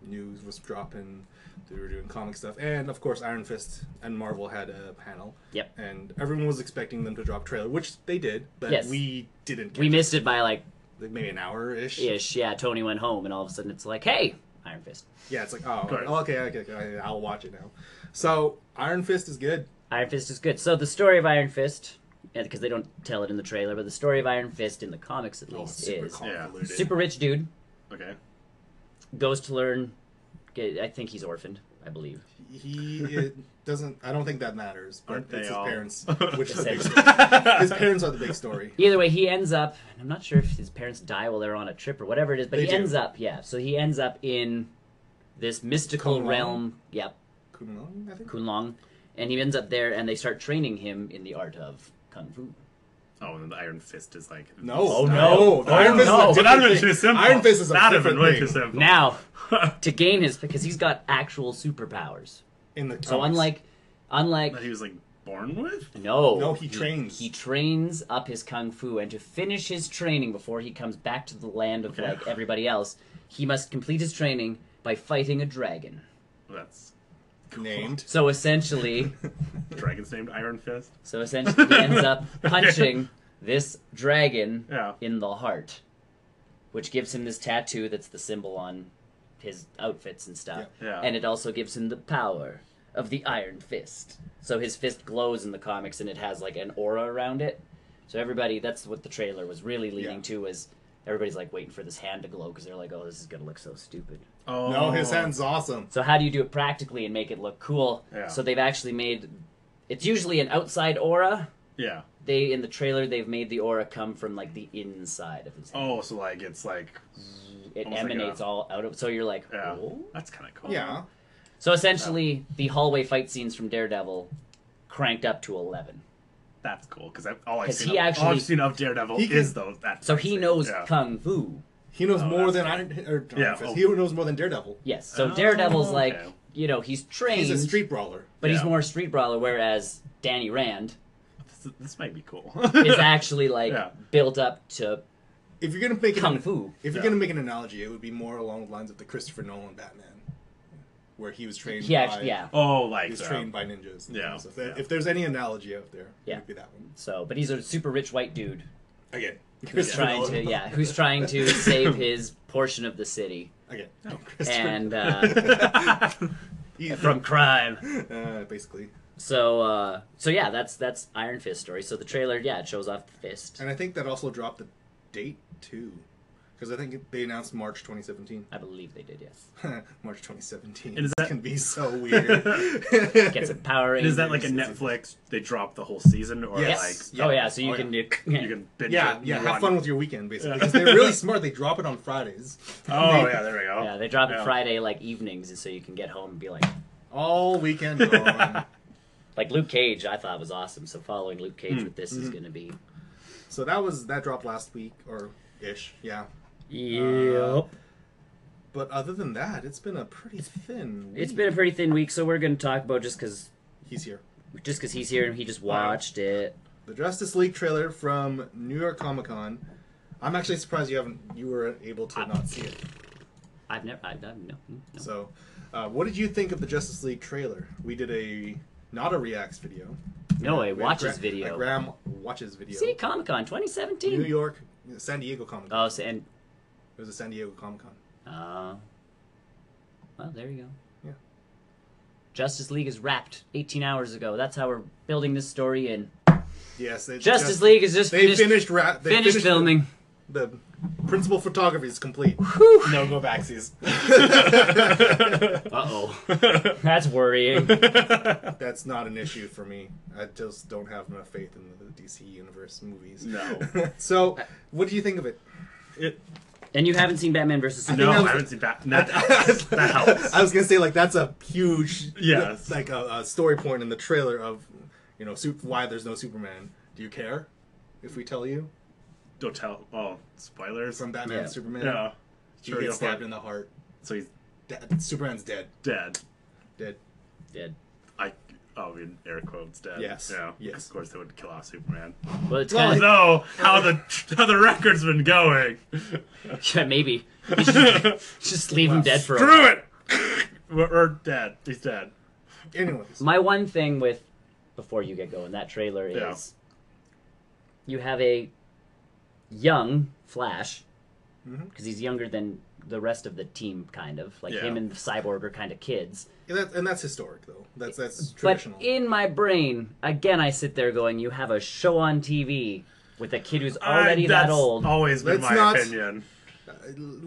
[SPEAKER 1] news was dropping. They were doing comic stuff, and of course, Iron Fist and Marvel had a panel.
[SPEAKER 2] Yep.
[SPEAKER 1] And everyone was expecting them to drop trailer, which they did, but
[SPEAKER 2] Yes.
[SPEAKER 1] we didn't. Get
[SPEAKER 2] we missed it by like
[SPEAKER 1] like maybe an hour ish.
[SPEAKER 2] ish. Yeah, Tony went home, and all of a sudden it's like, hey, Iron Fist.
[SPEAKER 1] Yeah, it's like, oh,
[SPEAKER 3] Correct.
[SPEAKER 1] okay, okay, okay, I'll watch it now. So Iron Fist is good.
[SPEAKER 2] Iron Fist is good. So the story of Iron Fist, because they don't tell it in the trailer, but the story of Iron Fist in the comics
[SPEAKER 1] Oh,
[SPEAKER 2] at least Oh, is
[SPEAKER 3] convoluted.
[SPEAKER 2] super rich dude
[SPEAKER 3] Okay.
[SPEAKER 2] goes to learn. I think he's orphaned, I believe.
[SPEAKER 1] He it doesn't. I don't think that matters. But
[SPEAKER 3] Aren't they
[SPEAKER 1] it's his
[SPEAKER 3] all? *laughs*
[SPEAKER 1] parents, which is the big story. His
[SPEAKER 3] His
[SPEAKER 1] parents are the big story.
[SPEAKER 2] Either way, he ends up. and I'm not sure if his parents die while they're on a trip or whatever it is, but
[SPEAKER 1] They
[SPEAKER 2] he
[SPEAKER 1] do.
[SPEAKER 2] ends up. Yeah, so he ends up in this mystical
[SPEAKER 1] Kunlun?
[SPEAKER 2] realm. Yep,
[SPEAKER 1] Kunlun, I think.
[SPEAKER 2] Kunlong, and he ends up there, and they start training him in the art of kung fu.
[SPEAKER 3] Oh, and the Iron Fist is like.
[SPEAKER 1] No.
[SPEAKER 2] Oh,
[SPEAKER 1] no. The
[SPEAKER 3] Oh,
[SPEAKER 1] Iron Fist
[SPEAKER 2] no.
[SPEAKER 1] is a
[SPEAKER 3] But that would have
[SPEAKER 1] different
[SPEAKER 3] been
[SPEAKER 1] thing.
[SPEAKER 3] too simple.
[SPEAKER 1] Iron Fist is
[SPEAKER 3] That
[SPEAKER 1] a
[SPEAKER 3] would have
[SPEAKER 1] different
[SPEAKER 3] been way
[SPEAKER 1] thing.
[SPEAKER 3] too simple.
[SPEAKER 2] Now, to gain his because he's got actual superpowers.
[SPEAKER 1] In the
[SPEAKER 2] So
[SPEAKER 1] comics.
[SPEAKER 2] unlike,
[SPEAKER 3] *laughs*
[SPEAKER 2] unlike
[SPEAKER 3] that he was like born with.
[SPEAKER 2] No.
[SPEAKER 1] No, he trains.
[SPEAKER 2] He trains up his kung fu, and to finish his training before he comes back to the land of
[SPEAKER 3] Okay.
[SPEAKER 2] like everybody else, he must complete his training by fighting a dragon.
[SPEAKER 3] That's
[SPEAKER 1] named
[SPEAKER 2] So essentially,
[SPEAKER 3] dragon's named Iron Fist.
[SPEAKER 2] so essentially, he ends
[SPEAKER 3] *laughs*
[SPEAKER 2] up punching this dragon
[SPEAKER 3] Yeah.
[SPEAKER 2] in the heart, which gives him this tattoo that's the symbol on his outfits and stuff,
[SPEAKER 3] Yeah. Yeah.
[SPEAKER 2] and it also gives him the power of the Iron Fist. So his fist glows in the comics, and it has like an aura around it. So everybody, that's what the trailer was really leading
[SPEAKER 1] Yeah.
[SPEAKER 2] to was everybody's like waiting for this hand to glow because they're like, oh, this is gonna look so stupid.
[SPEAKER 3] Oh.
[SPEAKER 1] no, his hand's awesome.
[SPEAKER 2] So how do you do it practically and make it look cool?
[SPEAKER 3] Yeah.
[SPEAKER 2] So they've actually made it's usually an outside aura.
[SPEAKER 3] Yeah.
[SPEAKER 2] They in the trailer they've made the aura come from like the inside of his hand.
[SPEAKER 3] Oh, so like it's like.
[SPEAKER 2] it
[SPEAKER 3] Oh, almost like
[SPEAKER 2] emanates
[SPEAKER 3] a-
[SPEAKER 2] all out of so you're like,
[SPEAKER 3] Yeah.
[SPEAKER 2] "Oh?"
[SPEAKER 3] That's kind of cool.
[SPEAKER 1] Yeah.
[SPEAKER 2] So essentially the hallway fight scenes from Daredevil cranked up to 11.
[SPEAKER 3] That's cool because all I've
[SPEAKER 2] 'Cause
[SPEAKER 3] seen,
[SPEAKER 2] he
[SPEAKER 3] of, all
[SPEAKER 2] actually-
[SPEAKER 3] I've seen of Daredevil
[SPEAKER 1] He can-
[SPEAKER 3] is those. That
[SPEAKER 2] So he knows
[SPEAKER 3] Yeah.
[SPEAKER 2] kung fu.
[SPEAKER 1] He knows
[SPEAKER 3] Oh,
[SPEAKER 1] more
[SPEAKER 3] that's
[SPEAKER 1] than
[SPEAKER 3] cool.
[SPEAKER 1] Iron, or Iron
[SPEAKER 3] Yeah,
[SPEAKER 1] Fist.
[SPEAKER 3] oh.
[SPEAKER 1] He knows more than Daredevil.
[SPEAKER 2] Yes. So
[SPEAKER 3] Oh,
[SPEAKER 2] Daredevil's like,
[SPEAKER 3] okay.
[SPEAKER 2] you know, he's trained,
[SPEAKER 1] He's a street brawler.
[SPEAKER 2] but he's
[SPEAKER 3] Yeah.
[SPEAKER 2] more a street brawler whereas
[SPEAKER 3] *laughs*
[SPEAKER 2] Danny Rand
[SPEAKER 3] this, this might be cool.
[SPEAKER 2] is actually like
[SPEAKER 3] Yeah.
[SPEAKER 2] built up to
[SPEAKER 1] If you're gonna make
[SPEAKER 2] kung
[SPEAKER 1] an,
[SPEAKER 2] fu.
[SPEAKER 1] if you're
[SPEAKER 3] Yeah.
[SPEAKER 1] gonna make an analogy, it would be more along the lines of the Christopher Nolan Batman, where he was trained.
[SPEAKER 2] He actually
[SPEAKER 1] by-
[SPEAKER 2] yeah.
[SPEAKER 3] *laughs* oh, like
[SPEAKER 1] He was
[SPEAKER 3] the-
[SPEAKER 1] trained by ninjas. and
[SPEAKER 3] Yeah.
[SPEAKER 1] stuff. If there-
[SPEAKER 3] Yeah.
[SPEAKER 1] If there's any analogy out there,
[SPEAKER 2] Yeah.
[SPEAKER 1] it would be that one.
[SPEAKER 2] So, but he's a super rich white dude
[SPEAKER 1] *laughs* Again.
[SPEAKER 2] who's trying to
[SPEAKER 1] *laughs*
[SPEAKER 2] yeah, who's trying
[SPEAKER 3] *laughs*
[SPEAKER 2] to save his portion of the city
[SPEAKER 1] Okay. *laughs*
[SPEAKER 4] Oh, Christopher.
[SPEAKER 3] *laughs*
[SPEAKER 2] and uh, from crime.
[SPEAKER 1] Uh, basically.
[SPEAKER 2] So uh, so yeah, that's that's Iron Fist story. So the trailer, yeah, it shows off the fist.
[SPEAKER 1] And I think that also dropped the date too, because I think they announced March 2017.
[SPEAKER 2] I believe they did, yes.
[SPEAKER 1] *laughs* March 2017.
[SPEAKER 4] And is that-
[SPEAKER 1] can be so weird.
[SPEAKER 4] *laughs*
[SPEAKER 1] *laughs*
[SPEAKER 2] Get some Power
[SPEAKER 4] And
[SPEAKER 2] Rangers.
[SPEAKER 4] is that like a Netflix? They drop the whole season, or
[SPEAKER 2] yes.
[SPEAKER 1] yeah.
[SPEAKER 2] Oh yeah, so you
[SPEAKER 1] Oh,
[SPEAKER 2] can
[SPEAKER 4] like you
[SPEAKER 2] do *laughs*
[SPEAKER 4] can binge
[SPEAKER 1] yeah,
[SPEAKER 4] it and
[SPEAKER 1] yeah.
[SPEAKER 4] run.
[SPEAKER 1] Have fun with your weekend, basically.
[SPEAKER 4] Yeah.
[SPEAKER 1] 'Cause they're really smart. They drop it on Fridays. *laughs*
[SPEAKER 3] Oh yeah, there we go.
[SPEAKER 2] Yeah, they drop it
[SPEAKER 3] Yeah.
[SPEAKER 2] Friday like evenings and so you can get home and be like
[SPEAKER 1] All weekend long.
[SPEAKER 2] like Luke Cage I thought was awesome. So following Luke Cage with this is gonna be
[SPEAKER 1] so that was that dropped last week or ish. Yeah.
[SPEAKER 2] Yep.
[SPEAKER 1] But other than that, it's been a pretty thin. Week.
[SPEAKER 2] It's been a pretty thin week, so we're gonna talk about just because
[SPEAKER 1] He's here.
[SPEAKER 2] just because he's here and he just watched it.
[SPEAKER 1] The Justice League trailer from New York Comic Con. I'm actually surprised you haven't you were able to not see it.
[SPEAKER 2] I've never, I've done no, no.
[SPEAKER 1] So, uh, what did you think of the Justice League trailer? We did a not a reacts video.
[SPEAKER 2] no,
[SPEAKER 1] We
[SPEAKER 2] a
[SPEAKER 1] had
[SPEAKER 2] watches
[SPEAKER 1] Gra- A
[SPEAKER 2] video.
[SPEAKER 1] Graham watches video.
[SPEAKER 2] City Comic Con
[SPEAKER 1] New
[SPEAKER 2] 2017.
[SPEAKER 1] York, San Diego Comic Con.
[SPEAKER 2] Oh, so, and
[SPEAKER 1] it was a San Diego Comic Con.
[SPEAKER 2] uh, well, there you go.
[SPEAKER 1] Yeah.
[SPEAKER 2] Justice League is wrapped 18 hours ago. That's how we're building this story in.
[SPEAKER 1] Yes, they,
[SPEAKER 2] Justice
[SPEAKER 1] just-
[SPEAKER 2] League is just
[SPEAKER 1] They
[SPEAKER 2] finished,
[SPEAKER 1] finished ra- they
[SPEAKER 2] finished
[SPEAKER 1] the-
[SPEAKER 2] filming.
[SPEAKER 1] The, principal photography is complete.
[SPEAKER 4] No go backsies.
[SPEAKER 2] Uh
[SPEAKER 4] *laughs*
[SPEAKER 2] oh, *laughs* that's worrying.
[SPEAKER 1] *laughs* That's not an issue for me. I just don't have enough faith in the DC universe movies.
[SPEAKER 4] No.
[SPEAKER 1] *laughs* so, what do you think of *laughs* it?
[SPEAKER 4] It,
[SPEAKER 2] And you haven't seen Batman versus
[SPEAKER 4] no,
[SPEAKER 2] Superman.
[SPEAKER 1] that was-
[SPEAKER 4] I haven't seen that.
[SPEAKER 1] *laughs*
[SPEAKER 4] That helps. *laughs* That helps.
[SPEAKER 1] I was gonna say like that's a huge
[SPEAKER 4] Yes.
[SPEAKER 1] like a, a story point in the trailer of you know sup- why there's no Superman. Do you care if we tell you
[SPEAKER 4] Don't tell. Oh, spoilers.
[SPEAKER 1] from Batman
[SPEAKER 2] Yeah.
[SPEAKER 1] and Superman?
[SPEAKER 4] Yeah.
[SPEAKER 1] You
[SPEAKER 4] Sure,
[SPEAKER 1] get
[SPEAKER 4] go for
[SPEAKER 1] stabbed
[SPEAKER 4] it.
[SPEAKER 1] in the heart.
[SPEAKER 4] So he's
[SPEAKER 1] De- Superman's dead.
[SPEAKER 4] dead.
[SPEAKER 1] Dead.
[SPEAKER 2] Dead.
[SPEAKER 4] I. Oh, I mean, air quotes dead.
[SPEAKER 1] Yes.
[SPEAKER 4] Yeah.
[SPEAKER 1] Yes.
[SPEAKER 4] Of course, they would kill off Superman.
[SPEAKER 2] Well, it's
[SPEAKER 1] Well,
[SPEAKER 2] kind of
[SPEAKER 4] No, how the how the record's
[SPEAKER 1] *laughs*
[SPEAKER 4] been going.
[SPEAKER 2] *laughs* yeah, maybe
[SPEAKER 4] Screw
[SPEAKER 2] just leave him dead for a while.
[SPEAKER 4] it. *laughs* We're, we're dead. He's dead.
[SPEAKER 1] Anyways,
[SPEAKER 2] My one thing with before you get going, that trailer is
[SPEAKER 4] Yeah.
[SPEAKER 2] you have a young Flash because
[SPEAKER 4] Mm-hmm.
[SPEAKER 1] Mhm.
[SPEAKER 2] he's younger than the rest of the team, kind of like
[SPEAKER 4] Yeah.
[SPEAKER 2] him and Cyborg are kind of kids.
[SPEAKER 1] and, that, and that's historic though. That's that's traditional.
[SPEAKER 2] But in my brain, again, I sit there going, "You have a show on TV with a kid who's already
[SPEAKER 4] I,
[SPEAKER 2] that
[SPEAKER 4] that's
[SPEAKER 2] old."
[SPEAKER 4] Always been
[SPEAKER 1] Let's
[SPEAKER 4] my
[SPEAKER 1] not-
[SPEAKER 4] opinion.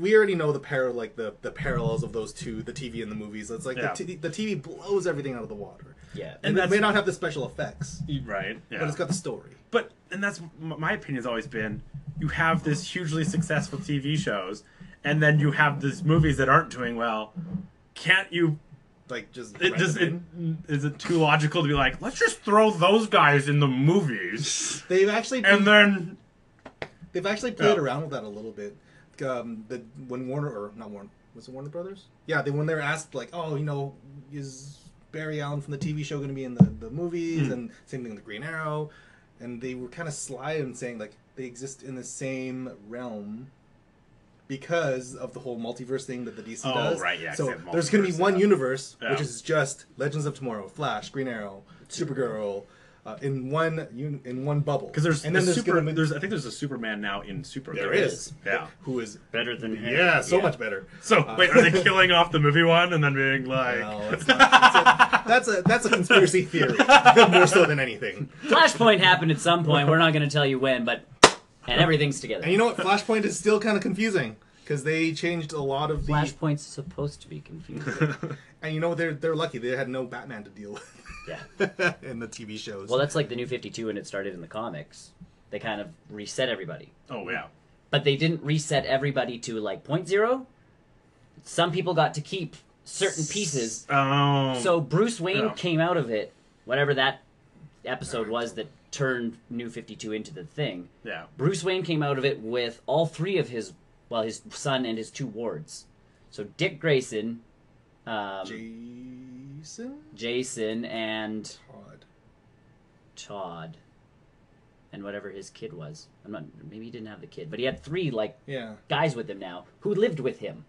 [SPEAKER 1] we already know the par like the, the parallels of those two, the TV and the movies. It's like
[SPEAKER 4] Yeah.
[SPEAKER 1] the, t- the TV blows everything out of the water.
[SPEAKER 2] yeah,
[SPEAKER 1] And, it
[SPEAKER 4] that's-
[SPEAKER 1] may not have the special effects,
[SPEAKER 4] Right. Yeah.
[SPEAKER 1] but it's got the story.
[SPEAKER 4] But and that's m- my opinion's always been: you have this hugely successful TV shows, and then you have these movies that aren't doing well. Can't you?
[SPEAKER 1] Like just
[SPEAKER 4] It
[SPEAKER 1] write
[SPEAKER 4] does.
[SPEAKER 1] them
[SPEAKER 4] It,
[SPEAKER 1] in.
[SPEAKER 4] is it too logical to be like, let's just throw those guys in the movies,
[SPEAKER 1] They've actually
[SPEAKER 4] and then
[SPEAKER 1] They've actually played
[SPEAKER 4] Yeah.
[SPEAKER 1] around with that a little bit. Um, the when Warner or not Warner was it Warner Brothers? Yeah, they when they were asked like, oh, you know, is Barry Allen from the TV show going to be in the the movies?
[SPEAKER 4] Hmm.
[SPEAKER 1] And same thing with Green Arrow, and they were kind of sly in saying like they exist in the same realm. Because of the whole multiverse thing that the DC
[SPEAKER 4] Oh,
[SPEAKER 1] does,
[SPEAKER 4] right, yeah, 'cause they
[SPEAKER 1] So
[SPEAKER 4] have
[SPEAKER 1] there's going to be
[SPEAKER 4] multiverse,
[SPEAKER 1] one
[SPEAKER 4] yeah.
[SPEAKER 1] universe,
[SPEAKER 4] Yeah.
[SPEAKER 1] which is just Legends of Tomorrow, Flash, Green Arrow, Supergirl, uh, in one un- in one bubble.
[SPEAKER 4] because there's
[SPEAKER 1] and
[SPEAKER 4] and then
[SPEAKER 1] there's
[SPEAKER 4] super.
[SPEAKER 1] gonna be-
[SPEAKER 4] there's I think there's a Superman now in Superman.
[SPEAKER 1] there is.
[SPEAKER 4] Yeah.
[SPEAKER 1] Who is
[SPEAKER 2] better than him.
[SPEAKER 1] yeah, so much *laughs* better.
[SPEAKER 4] So wait, are they killing off the movie one and then being like,
[SPEAKER 1] No, it's not. That's a that's a *laughs* conspiracy theory more so than anything.
[SPEAKER 2] Flashpoint happened at some point. We're not going to tell you when, but and everything's together.
[SPEAKER 4] *laughs*
[SPEAKER 1] And you know what? Flashpoint is still kind of confusing because they changed a lot of the.
[SPEAKER 2] Flashpoint's supposed to be
[SPEAKER 4] *laughs*
[SPEAKER 2] confusing.
[SPEAKER 1] And you know they're they're lucky they had no Batman to deal
[SPEAKER 2] yeah.
[SPEAKER 1] with *laughs* in the TV shows.
[SPEAKER 2] Well, that's like the new 52 when it started in the comics. They kind of reset everybody.
[SPEAKER 4] oh yeah,
[SPEAKER 2] But they didn't reset everybody to like point zero. Some people got to keep certain pieces.
[SPEAKER 4] oh
[SPEAKER 2] So Bruce Wayne
[SPEAKER 4] Yeah.
[SPEAKER 2] came out of it, whatever that episode was that turned New 52 into the thing.
[SPEAKER 4] yeah,
[SPEAKER 2] Bruce Wayne came out of it with all three of his, well, his son and his two wards. So Dick Grayson, um,
[SPEAKER 1] Jason
[SPEAKER 2] Jason, and
[SPEAKER 1] Todd.
[SPEAKER 2] Todd, and whatever his kid was. I'm not. Maybe he didn't have the kid, but he had three like
[SPEAKER 1] Yeah.
[SPEAKER 2] guys with him now who lived with him.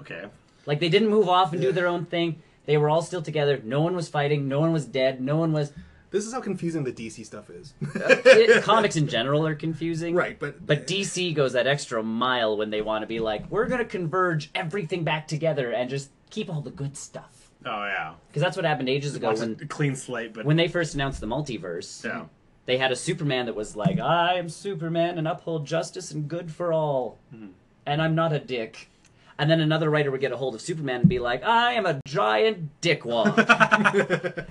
[SPEAKER 4] okay,
[SPEAKER 2] Like they didn't move off and do
[SPEAKER 1] Yeah.
[SPEAKER 2] their own thing. They were all still together. No one was fighting. No one was dead. No one was.
[SPEAKER 1] This is how confusing the DC stuff
[SPEAKER 2] *laughs*
[SPEAKER 1] is. *laughs*
[SPEAKER 2] It- comics in general are confusing.
[SPEAKER 1] right, but
[SPEAKER 2] But DC goes that extra mile when they want to be like, we're going to converge everything back together and just keep all the good stuff.
[SPEAKER 4] Oh yeah,
[SPEAKER 2] Because that's what happened ages ago
[SPEAKER 4] Lots
[SPEAKER 2] when,
[SPEAKER 4] of clean slate, but
[SPEAKER 2] when they first announced the multiverse.
[SPEAKER 4] yeah,
[SPEAKER 2] They had a Superman that was like, I am Superman and uphold justice and good for all.
[SPEAKER 4] Hmm.
[SPEAKER 2] And I'm not a dick. And then another writer would get a hold of Superman and be like, I am a giant dickwad.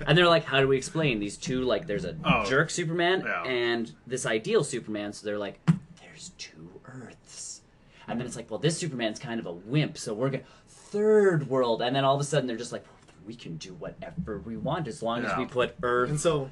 [SPEAKER 4] *laughs*
[SPEAKER 2] And they're like, how do we explain these two? Like, there's a
[SPEAKER 4] Oh.
[SPEAKER 2] jerk Superman
[SPEAKER 4] Yeah.
[SPEAKER 2] and this ideal Superman. So they're like, there's two Earths. And then it's like, well, this Superman's kind of a wimp, so we're going to third world. And then all of a sudden they're just like, we can do whatever we want as long as
[SPEAKER 4] Yeah.
[SPEAKER 2] we
[SPEAKER 1] *laughs*
[SPEAKER 2] put
[SPEAKER 1] and
[SPEAKER 2] Earth
[SPEAKER 1] so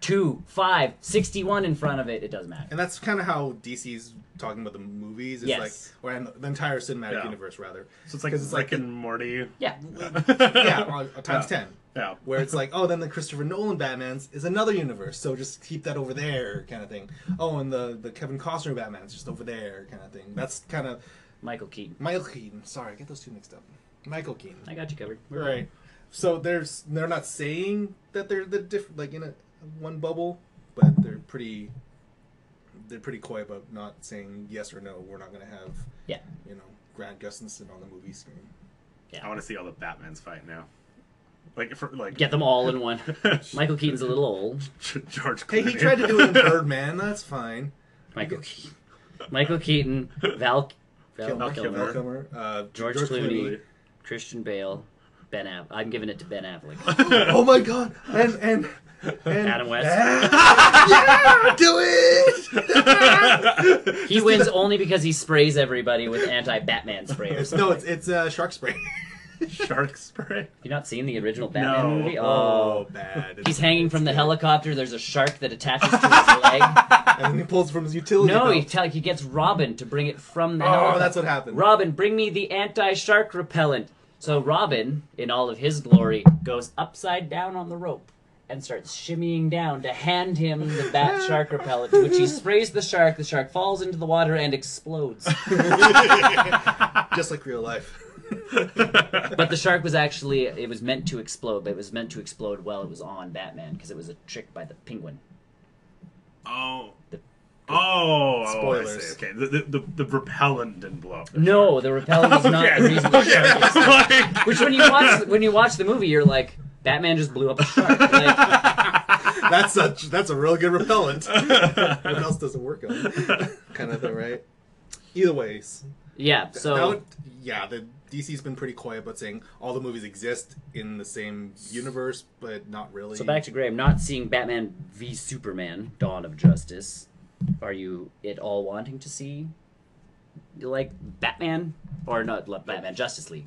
[SPEAKER 2] 2, 5, 61 in front of it. It doesn't matter.
[SPEAKER 1] and that's kind of how DC's talking about the movies. It's
[SPEAKER 2] Yes.
[SPEAKER 1] like or and the entire cinematic
[SPEAKER 4] Yeah.
[SPEAKER 1] universe rather.
[SPEAKER 4] so it's like
[SPEAKER 1] 'Cause it's like
[SPEAKER 4] Rick and Morty.
[SPEAKER 2] Yeah.
[SPEAKER 1] yeah,
[SPEAKER 4] *laughs*
[SPEAKER 1] on, on times
[SPEAKER 4] Yeah.
[SPEAKER 1] ten.
[SPEAKER 4] Yeah.
[SPEAKER 1] Where it's like, oh, then the Christopher Nolan Batman's is another universe, so just keep that over there, kind of thing. Oh, and the the Kevin Costner Batman's just over there, kind of thing. That's kind of
[SPEAKER 2] Michael Keaton.
[SPEAKER 1] Michael Keaton. Sorry, I get those two mixed up. Michael Keaton.
[SPEAKER 2] I got you covered. We're
[SPEAKER 1] Right. So there's they're not saying that they're the different like in a one bubble, but they're pretty they're pretty coy about not saying yes or no. We're not gonna have
[SPEAKER 2] Yeah.
[SPEAKER 1] you know Grant Gustinson on the movie screen.
[SPEAKER 4] I want to see all the Batman's fight now. Like for like
[SPEAKER 2] Get them all in one. Michael Keaton's a little old.
[SPEAKER 4] *laughs* George
[SPEAKER 1] Hey,
[SPEAKER 4] Clooney.
[SPEAKER 1] he tried to do *laughs* it in Birdman. That's fine.
[SPEAKER 2] Michael Keaton. Michael Keaton, Val, Val,
[SPEAKER 1] Val
[SPEAKER 2] Kilmer,
[SPEAKER 1] Kilmer, uh,
[SPEAKER 2] George, Clooney, Christian Bale, Ben Affleck. I'm giving it to Ben
[SPEAKER 1] *laughs*
[SPEAKER 2] Affleck.
[SPEAKER 1] Oh my God! And and and
[SPEAKER 2] Adam West. *laughs*
[SPEAKER 1] yeah, do it.
[SPEAKER 2] He wins only because he sprays everybody with anti-Batman spray. Or
[SPEAKER 1] It's- *laughs* *laughs*
[SPEAKER 2] something.
[SPEAKER 1] no, it's it's uh, shark spray.
[SPEAKER 4] *laughs* Shark spray.
[SPEAKER 2] You not seen the original Batman
[SPEAKER 4] No.
[SPEAKER 1] *laughs*
[SPEAKER 2] movie?
[SPEAKER 1] Oh,
[SPEAKER 2] Oh.
[SPEAKER 1] bad!
[SPEAKER 2] He's hanging from the
[SPEAKER 1] helicopter.
[SPEAKER 2] helicopter. There's a shark that attaches to his leg.
[SPEAKER 1] and then he pulls from his utility
[SPEAKER 2] No,
[SPEAKER 1] belt.
[SPEAKER 2] he tell he gets Robin to bring it from the
[SPEAKER 1] oh,
[SPEAKER 2] helicopter.
[SPEAKER 1] that's what happened.
[SPEAKER 2] Robin, bring me the anti-shark repellent. So Robin, in all of his glory, goes upside down on the rope and starts shimmying down to hand him the bat shark repellent, to which he sprays the shark. The shark falls into the water and explodes.
[SPEAKER 1] Just like real life.
[SPEAKER 2] But the shark was actually it was meant to explode, but it was meant to explode while it was on Batman because it was a trick by the Penguin.
[SPEAKER 4] Oh. Oh, spoilers.
[SPEAKER 1] Spoilers.
[SPEAKER 4] Okay, the, the the the repellent didn't blow up.
[SPEAKER 2] No, the repellent was not the
[SPEAKER 4] *laughs*
[SPEAKER 2] reason. The
[SPEAKER 4] Okay.
[SPEAKER 2] shark exploded.
[SPEAKER 4] Like-
[SPEAKER 2] Which when you watch when you watch the movie, you're like, Batman just blew up a shark. Like,
[SPEAKER 1] That's a that's a real good repellent. what else does it work on? kind of thing, right? Either ways,
[SPEAKER 2] yeah. So
[SPEAKER 1] That would- yeah, the DC's been pretty coy about saying all the movies exist in the same universe, but not really.
[SPEAKER 2] So back to Graham, not seeing Batman v Superman: Dawn of Justice. Are you at all wanting to see, like Batman or not like Batman Justice League?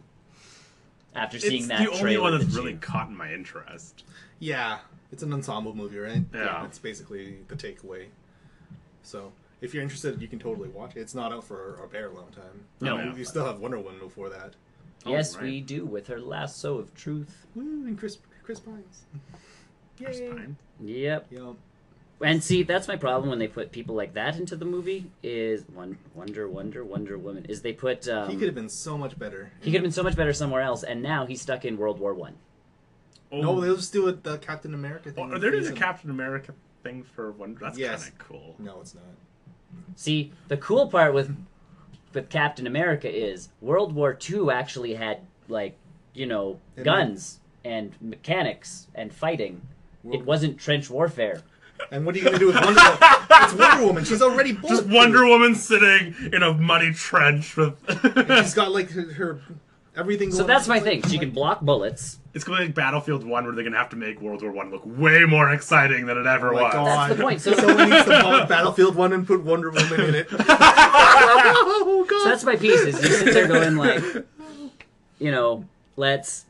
[SPEAKER 2] After seeing
[SPEAKER 4] it's
[SPEAKER 2] that,
[SPEAKER 4] the only
[SPEAKER 2] trailer
[SPEAKER 4] one that's
[SPEAKER 2] that
[SPEAKER 4] really
[SPEAKER 2] you-
[SPEAKER 4] caught my interest.
[SPEAKER 1] yeah, it's an ensemble movie, right?
[SPEAKER 4] Yeah.
[SPEAKER 1] it's basically the takeaway. So if you're interested, you can totally watch it. It's not out for a very long time.
[SPEAKER 2] No.
[SPEAKER 1] you still have Wonder Woman before that.
[SPEAKER 2] yes,
[SPEAKER 4] right.
[SPEAKER 2] we do with her lasso of truth.
[SPEAKER 1] Woo, and Chris Chris
[SPEAKER 4] *laughs*
[SPEAKER 1] Pines.
[SPEAKER 4] It's
[SPEAKER 1] Yay.
[SPEAKER 4] fine.
[SPEAKER 2] Yep.
[SPEAKER 1] Yeah.
[SPEAKER 2] And see, that's my problem when they put people like that into the movie. Is one Wonder, Wonder, Wonder Woman? Is they put um,
[SPEAKER 1] He could have been so much better.
[SPEAKER 2] he could have been so much better somewhere else, and now he's stuck in World War One.
[SPEAKER 4] Oh,
[SPEAKER 1] No, they'll just do it the Captain America thing.
[SPEAKER 4] oh, there is
[SPEAKER 1] Freeze
[SPEAKER 4] a
[SPEAKER 1] him.
[SPEAKER 4] Captain America thing for one. That's
[SPEAKER 1] Yes.
[SPEAKER 4] kind of cool.
[SPEAKER 1] No, it's not.
[SPEAKER 2] See, the cool part with with Captain America is World War II actually had like you know
[SPEAKER 1] It
[SPEAKER 2] guns and mechanics and fighting.
[SPEAKER 1] World-
[SPEAKER 2] It wasn't trench warfare.
[SPEAKER 1] And what are you gonna do with Wonder
[SPEAKER 4] *laughs*
[SPEAKER 1] Woman? It's Wonder Woman. She's already
[SPEAKER 4] Just
[SPEAKER 1] bulletproof.
[SPEAKER 4] Wonder Woman sitting in a muddy trench with. *laughs*
[SPEAKER 1] And She's got like her, her everything.
[SPEAKER 2] So
[SPEAKER 1] going
[SPEAKER 2] that's
[SPEAKER 1] on. Oh
[SPEAKER 2] my
[SPEAKER 1] It's like-
[SPEAKER 2] thing. She can block bullets.
[SPEAKER 4] It's gonna be like Battlefield One, where they're gonna have to make World War One look way more exciting than it ever
[SPEAKER 1] Oh my
[SPEAKER 4] was.
[SPEAKER 1] God.
[SPEAKER 2] That's the point. So-
[SPEAKER 1] Someone needs to bomb Battlefield One and put Wonder Woman in
[SPEAKER 4] *laughs*
[SPEAKER 1] it. oh God.
[SPEAKER 2] So that's my piece. Is you sit there going like, *laughs* you know, let's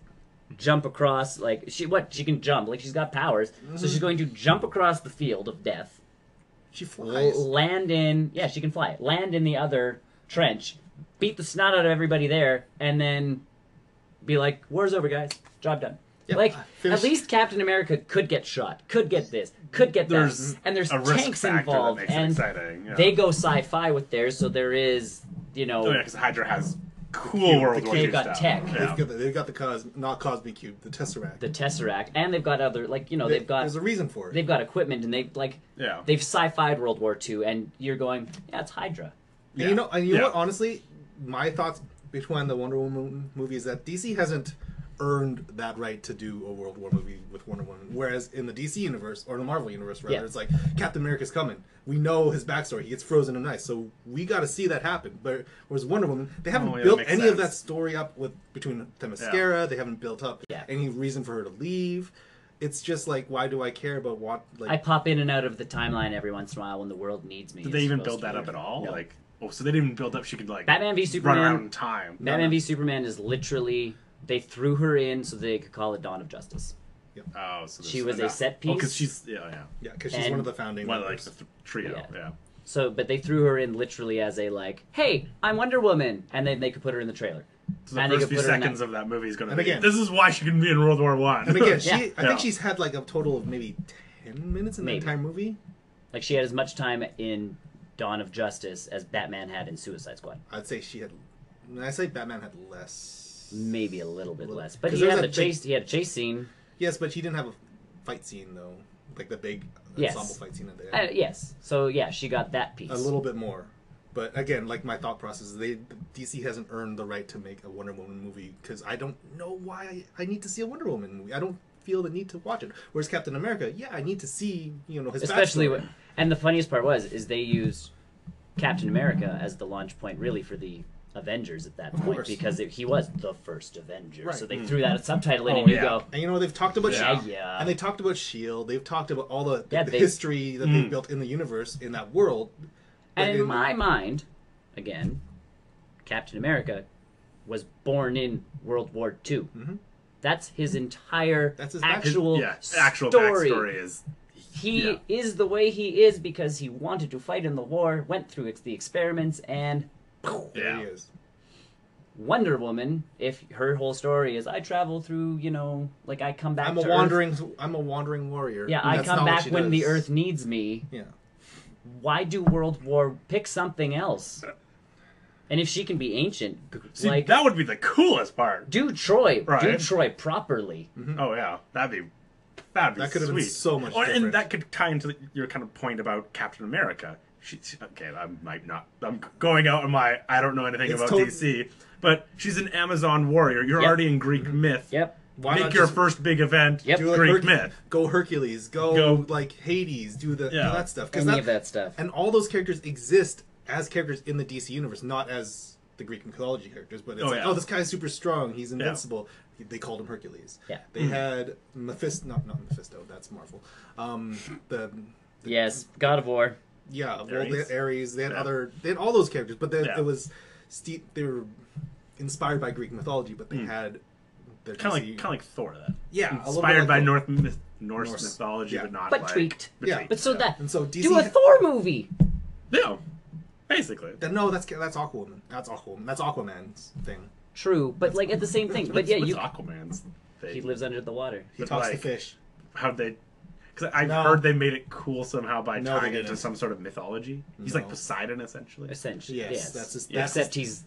[SPEAKER 2] jump across like she what she can jump like she's got powers. So
[SPEAKER 1] Mm-hmm.
[SPEAKER 2] she's going to jump across the field of death.
[SPEAKER 1] she
[SPEAKER 2] L-
[SPEAKER 1] flies.
[SPEAKER 2] land in yeah she can fly land in the other trench beat the snot out of everybody there and then be like war's over guys job done
[SPEAKER 1] Yep,
[SPEAKER 2] like
[SPEAKER 1] uh, finish.
[SPEAKER 2] at least captain america could get shot could get this could get
[SPEAKER 4] There's
[SPEAKER 2] that and there's
[SPEAKER 4] a risk
[SPEAKER 2] tanks
[SPEAKER 4] factor
[SPEAKER 2] involved
[SPEAKER 4] that makes
[SPEAKER 2] and
[SPEAKER 4] it exciting. Yeah.
[SPEAKER 2] they go sci-fi with theirs so there is you know
[SPEAKER 4] Oh yeah, because Hydra has cool World War
[SPEAKER 2] They've
[SPEAKER 4] II
[SPEAKER 2] got
[SPEAKER 4] stuff.
[SPEAKER 2] tech.
[SPEAKER 4] Yeah.
[SPEAKER 1] They've got the, they've got the cos not Cosmic Cube, the Tesseract.
[SPEAKER 2] the Tesseract, and they've got other like you know
[SPEAKER 1] There-
[SPEAKER 2] they've got
[SPEAKER 1] There's a reason for it.
[SPEAKER 2] they've got equipment and they've like
[SPEAKER 4] Yeah.
[SPEAKER 2] they've sci-fi'd World War II, and you're going, yeah, it's Hydra.
[SPEAKER 1] And you know, and you
[SPEAKER 4] Yeah.
[SPEAKER 1] know what? Honestly, my thoughts between the Wonder Woman movie is that DC hasn't earned that right to do a World War movie with Wonder Woman. Whereas in the DC universe or the Marvel universe, rather,
[SPEAKER 2] Yeah.
[SPEAKER 1] it's like Captain America's coming. We know his backstory. He gets frozen in ice, so we got to see that happen. But whereas Wonder Woman, they haven't
[SPEAKER 4] Oh, yeah, that
[SPEAKER 1] built
[SPEAKER 4] makes
[SPEAKER 1] any of
[SPEAKER 4] sense.
[SPEAKER 1] that story up with between Themyscira. They haven't built up
[SPEAKER 2] Yeah.
[SPEAKER 1] any reason for her to leave. It's just like, why do I care about what? Like,
[SPEAKER 2] I pop in and out of the timeline every once in a while when the world needs me.
[SPEAKER 4] Did they
[SPEAKER 2] It's
[SPEAKER 4] even
[SPEAKER 2] supposed
[SPEAKER 4] build
[SPEAKER 2] to
[SPEAKER 4] that
[SPEAKER 2] be.
[SPEAKER 4] up at all?
[SPEAKER 2] No.
[SPEAKER 4] Like, oh, so they didn't even build up. She could like
[SPEAKER 2] Batman v
[SPEAKER 4] run around
[SPEAKER 2] Superman.
[SPEAKER 4] in time.
[SPEAKER 2] Batman v Superman is literally they threw her in so they could call it Dawn of Justice.
[SPEAKER 4] Oh, so
[SPEAKER 2] She
[SPEAKER 4] there's
[SPEAKER 2] was a
[SPEAKER 4] enough.
[SPEAKER 2] set
[SPEAKER 4] Oh, because
[SPEAKER 2] piece?
[SPEAKER 4] she's yeah, yeah.
[SPEAKER 1] yeah, because she's
[SPEAKER 2] and-
[SPEAKER 1] one of the founding.
[SPEAKER 4] One of like
[SPEAKER 1] members.
[SPEAKER 4] the th- trio.
[SPEAKER 2] Yeah.
[SPEAKER 4] Yeah.
[SPEAKER 2] So, but they threw her in literally as a like, hey, I'm Wonder Woman, and then they could put her in the trailer.
[SPEAKER 4] So the
[SPEAKER 2] and they
[SPEAKER 4] first
[SPEAKER 2] could
[SPEAKER 4] few
[SPEAKER 2] put her in
[SPEAKER 4] seconds
[SPEAKER 2] that-
[SPEAKER 4] of that movie is going to
[SPEAKER 1] And
[SPEAKER 4] be.
[SPEAKER 1] again-
[SPEAKER 4] this is why she can be in World War One.
[SPEAKER 1] And again, she,
[SPEAKER 2] *laughs* Yeah.
[SPEAKER 1] I
[SPEAKER 4] Yeah.
[SPEAKER 1] think she's had like a total of maybe 10 minutes in the
[SPEAKER 2] Maybe.
[SPEAKER 1] entire movie.
[SPEAKER 2] like she had as much time in Dawn of Justice as Batman had in Suicide Squad.
[SPEAKER 1] I'd say she had, when I say Batman had less.
[SPEAKER 2] Maybe a little bit
[SPEAKER 1] Little-
[SPEAKER 2] less, but
[SPEAKER 1] 'cause
[SPEAKER 2] he
[SPEAKER 1] there was
[SPEAKER 2] had a
[SPEAKER 1] that big-
[SPEAKER 2] chase. He had a chase scene.
[SPEAKER 1] Yes, but she didn't have a fight scene though. Like the big
[SPEAKER 2] Yes.
[SPEAKER 1] ensemble fight scene at the
[SPEAKER 2] Uh,
[SPEAKER 1] end.
[SPEAKER 2] yes. So yeah, she got that piece.
[SPEAKER 1] a little bit more. But again, like my thought process, they DC hasn't earned the right to make a Wonder Woman movie because I don't know why I, I need to see a Wonder Woman movie. I don't feel the need to watch it. Whereas Captain America, yeah, I need to see you know his
[SPEAKER 2] especially
[SPEAKER 1] backstory.
[SPEAKER 2] when, and the funniest part was is they used Captain America as the launch point really for the Avengers at that point
[SPEAKER 1] course.
[SPEAKER 2] because it, he was the first Avenger.
[SPEAKER 1] Right.
[SPEAKER 2] So they threw that subtitle in
[SPEAKER 4] Oh,
[SPEAKER 2] and you
[SPEAKER 4] yeah.
[SPEAKER 2] go,
[SPEAKER 1] And you know they've talked about
[SPEAKER 2] Yeah,
[SPEAKER 1] Shield,
[SPEAKER 2] yeah.
[SPEAKER 1] and they talked about Shield. E They've talked about all the, the,
[SPEAKER 2] Yeah,
[SPEAKER 1] the
[SPEAKER 2] they-
[SPEAKER 1] history that
[SPEAKER 4] Mm.
[SPEAKER 1] they've built in the universe in that world. But
[SPEAKER 2] and in my mind, again, Captain America was born in World War II. That's his entire
[SPEAKER 1] That's his back-
[SPEAKER 2] actual
[SPEAKER 4] *laughs* yeah, actual
[SPEAKER 2] story.
[SPEAKER 4] backstory is.
[SPEAKER 2] He
[SPEAKER 4] Yeah.
[SPEAKER 2] is the way he is because he wanted to fight in the war, went through ex- the experiments, and
[SPEAKER 1] there
[SPEAKER 4] Yeah.
[SPEAKER 1] he is.
[SPEAKER 2] Wonder Woman, if her whole story is I travel through, you know, like I come back.
[SPEAKER 1] I'm
[SPEAKER 2] to
[SPEAKER 1] a
[SPEAKER 2] Earth."
[SPEAKER 1] wandering. I'm a wandering warrior.
[SPEAKER 2] Yeah,
[SPEAKER 1] and
[SPEAKER 2] I
[SPEAKER 1] that's
[SPEAKER 2] come
[SPEAKER 1] not what
[SPEAKER 2] back
[SPEAKER 1] she
[SPEAKER 2] when the
[SPEAKER 1] does.
[SPEAKER 2] Earth needs me.
[SPEAKER 1] Yeah,
[SPEAKER 2] Why do World War? Pick something else. And if she can be ancient, g-
[SPEAKER 4] See,
[SPEAKER 2] like
[SPEAKER 4] that would be the coolest part.
[SPEAKER 2] do Troy, do
[SPEAKER 4] Right.
[SPEAKER 2] Troy properly.
[SPEAKER 1] Mm-hmm.
[SPEAKER 4] Oh yeah, that'd be that'd be
[SPEAKER 1] That could've been
[SPEAKER 4] sweet.
[SPEAKER 1] so much
[SPEAKER 4] Or,
[SPEAKER 1] different.
[SPEAKER 4] and that could tie into your kind of point about Captain America. She, she- okay, I might not. I'm going out on my. I don't know anything
[SPEAKER 1] It's
[SPEAKER 4] about
[SPEAKER 1] tot-
[SPEAKER 4] DC, but she's an Amazon warrior. You're
[SPEAKER 2] Yep.
[SPEAKER 4] already in Greek myth.
[SPEAKER 2] Yep.
[SPEAKER 1] Why
[SPEAKER 4] Make
[SPEAKER 1] not
[SPEAKER 4] your
[SPEAKER 1] just
[SPEAKER 4] first big event
[SPEAKER 2] Yep.
[SPEAKER 1] do like
[SPEAKER 4] Greek
[SPEAKER 1] Herc-
[SPEAKER 4] myth.
[SPEAKER 1] Go Hercules. Go,
[SPEAKER 4] Go-
[SPEAKER 1] like Hades. Do the
[SPEAKER 4] Yeah.
[SPEAKER 1] do that stuff. 'Cause
[SPEAKER 2] Any of that stuff.
[SPEAKER 1] And all those characters exist as characters in the DC universe, not as the Greek mythology characters. But it's
[SPEAKER 4] Oh,
[SPEAKER 1] like,
[SPEAKER 4] yeah.
[SPEAKER 1] oh, this guy's super strong. He's invincible. They called him Hercules.
[SPEAKER 2] Yeah.
[SPEAKER 1] They
[SPEAKER 4] Hmm.
[SPEAKER 1] had Mephisto. Not not Mephisto. That's Marvel. Um, the, the
[SPEAKER 2] yes, God of War.
[SPEAKER 1] yeah. Well, they
[SPEAKER 4] Ares.
[SPEAKER 1] had Ares. They had
[SPEAKER 4] Yeah.
[SPEAKER 1] other. They had all those characters, but they,
[SPEAKER 4] Yeah.
[SPEAKER 1] it was steep. They were inspired by Greek mythology, but they had. Their
[SPEAKER 4] Kind of Hmm. like
[SPEAKER 1] DC
[SPEAKER 4] kind of like Thor. That
[SPEAKER 1] yeah, a little bit
[SPEAKER 4] inspired
[SPEAKER 1] like
[SPEAKER 4] by
[SPEAKER 1] the-
[SPEAKER 4] North myth, Norse,
[SPEAKER 1] Norse.
[SPEAKER 4] mythology,
[SPEAKER 1] Yeah.
[SPEAKER 4] but not
[SPEAKER 2] But
[SPEAKER 4] like,
[SPEAKER 2] tweaked.
[SPEAKER 4] But
[SPEAKER 1] Yeah.
[SPEAKER 4] tweaked.
[SPEAKER 2] But so that
[SPEAKER 1] And so DC
[SPEAKER 2] do a
[SPEAKER 1] ha-
[SPEAKER 2] Thor movie.
[SPEAKER 4] no, basically.
[SPEAKER 1] Then no, that's that's Aquaman. That's Aquaman. That's Aquaman's thing.
[SPEAKER 2] True, but like at the same
[SPEAKER 1] *laughs*
[SPEAKER 2] thing. But
[SPEAKER 4] What's-
[SPEAKER 2] yeah,
[SPEAKER 4] what's
[SPEAKER 2] you
[SPEAKER 4] Aquaman's thing?
[SPEAKER 2] he lives under the water.
[SPEAKER 1] He
[SPEAKER 4] But,
[SPEAKER 1] talks to
[SPEAKER 4] like,
[SPEAKER 1] fish.
[SPEAKER 4] how they because I
[SPEAKER 1] No.
[SPEAKER 4] heard they made it cool somehow by
[SPEAKER 1] No, they
[SPEAKER 4] tying it
[SPEAKER 1] didn't.
[SPEAKER 4] to some sort of mythology. He's
[SPEAKER 1] No.
[SPEAKER 4] like Poseidon essentially.
[SPEAKER 2] Essentially,
[SPEAKER 1] Yes,
[SPEAKER 2] yes.
[SPEAKER 1] that's his- that's
[SPEAKER 2] Except
[SPEAKER 1] his-
[SPEAKER 2] he's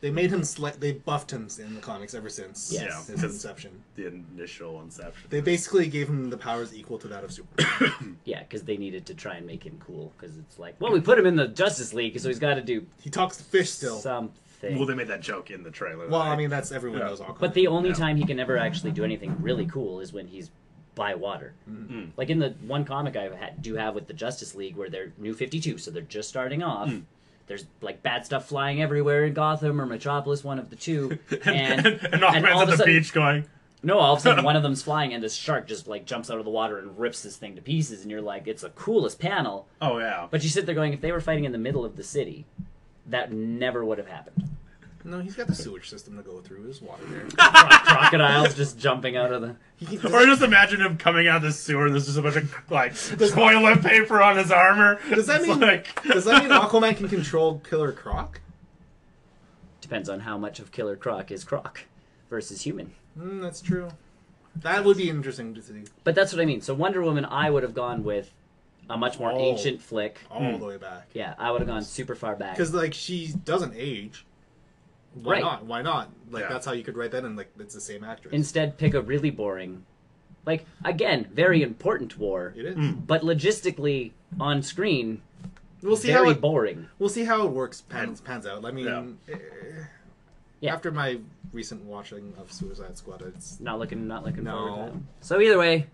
[SPEAKER 1] They made him slight. They buffed him in the comics ever since
[SPEAKER 2] Yes.
[SPEAKER 4] Yeah,
[SPEAKER 1] his
[SPEAKER 4] because-
[SPEAKER 1] inception.
[SPEAKER 4] The initial inception.
[SPEAKER 1] They basically gave him the powers equal to that of Superman.
[SPEAKER 4] *coughs*
[SPEAKER 2] yeah, because they needed to try and make him cool. Because it's like, well, we put him in the Justice League, so he's got to do
[SPEAKER 1] he talks to fish still.
[SPEAKER 2] something.
[SPEAKER 4] Well, they made that joke in the trailer.
[SPEAKER 1] well, I
[SPEAKER 4] like,
[SPEAKER 1] mean that's everyone
[SPEAKER 4] Yeah.
[SPEAKER 1] knows Aquaman.
[SPEAKER 2] But the only
[SPEAKER 4] Yeah.
[SPEAKER 2] time he can ever actually do anything really cool is when he's by water.
[SPEAKER 4] Mm-hmm.
[SPEAKER 2] Like in the one comic I ha- do have with the Justice League, where they're new Fifty Two, so they're just starting off.
[SPEAKER 4] Mm.
[SPEAKER 2] There's like bad stuff flying everywhere in Gotham or Metropolis, one of the two, and
[SPEAKER 4] *laughs* and, and, Aquaman's
[SPEAKER 2] all
[SPEAKER 4] at
[SPEAKER 2] of a
[SPEAKER 4] the
[SPEAKER 2] sudden-
[SPEAKER 4] beach going.
[SPEAKER 2] *laughs* No, all of a sudden one
[SPEAKER 4] *laughs*
[SPEAKER 2] of them's flying, and this shark just like jumps out of the water and rips this thing to pieces. And you're like, it's the coolest panel.
[SPEAKER 4] Oh yeah.
[SPEAKER 2] But you sit there going, if they were fighting in the middle of the city, that never would have happened.
[SPEAKER 1] *laughs* no, he's got the sewage system to go through. There's water there.
[SPEAKER 4] *laughs*
[SPEAKER 2] Crocodiles just jumping out of the.
[SPEAKER 1] He can
[SPEAKER 4] *laughs* or
[SPEAKER 1] just,
[SPEAKER 4] just imagine him coming out of the sewer and there's just a bunch of like toilet paper on his armor.
[SPEAKER 1] does that
[SPEAKER 4] It's
[SPEAKER 1] mean?
[SPEAKER 4] like-
[SPEAKER 1] does that
[SPEAKER 4] *laughs*
[SPEAKER 1] mean Aquaman can control Killer Croc?
[SPEAKER 2] Depends on how much of Killer Croc is Croc versus human.
[SPEAKER 1] Mm, that's true. That would be interesting to see
[SPEAKER 2] But that's what I mean. So Wonder Woman, I would have gone with a much more
[SPEAKER 1] Oh.
[SPEAKER 2] ancient flick.
[SPEAKER 4] Hmm.
[SPEAKER 1] all the way back.
[SPEAKER 2] Yeah, I would have gone super far back.
[SPEAKER 1] Because like she doesn't age. Why
[SPEAKER 2] Right.
[SPEAKER 1] not? Why not? Like
[SPEAKER 4] Yeah.
[SPEAKER 1] that's how you could write that, and like it's the same actress.
[SPEAKER 2] Instead, pick a really boring, like again, very important war,
[SPEAKER 1] it is.
[SPEAKER 4] Hmm.
[SPEAKER 2] but logistically on screen,
[SPEAKER 1] We'll see
[SPEAKER 2] very
[SPEAKER 1] how it,
[SPEAKER 2] boring.
[SPEAKER 1] we'll see how it works pans pans out. I mean,
[SPEAKER 4] Yeah.
[SPEAKER 1] eh,
[SPEAKER 2] Yeah.
[SPEAKER 1] after my recent watching of Suicide Squad, it's
[SPEAKER 2] Not looking, not looking forward
[SPEAKER 1] No.
[SPEAKER 2] to that. So either way,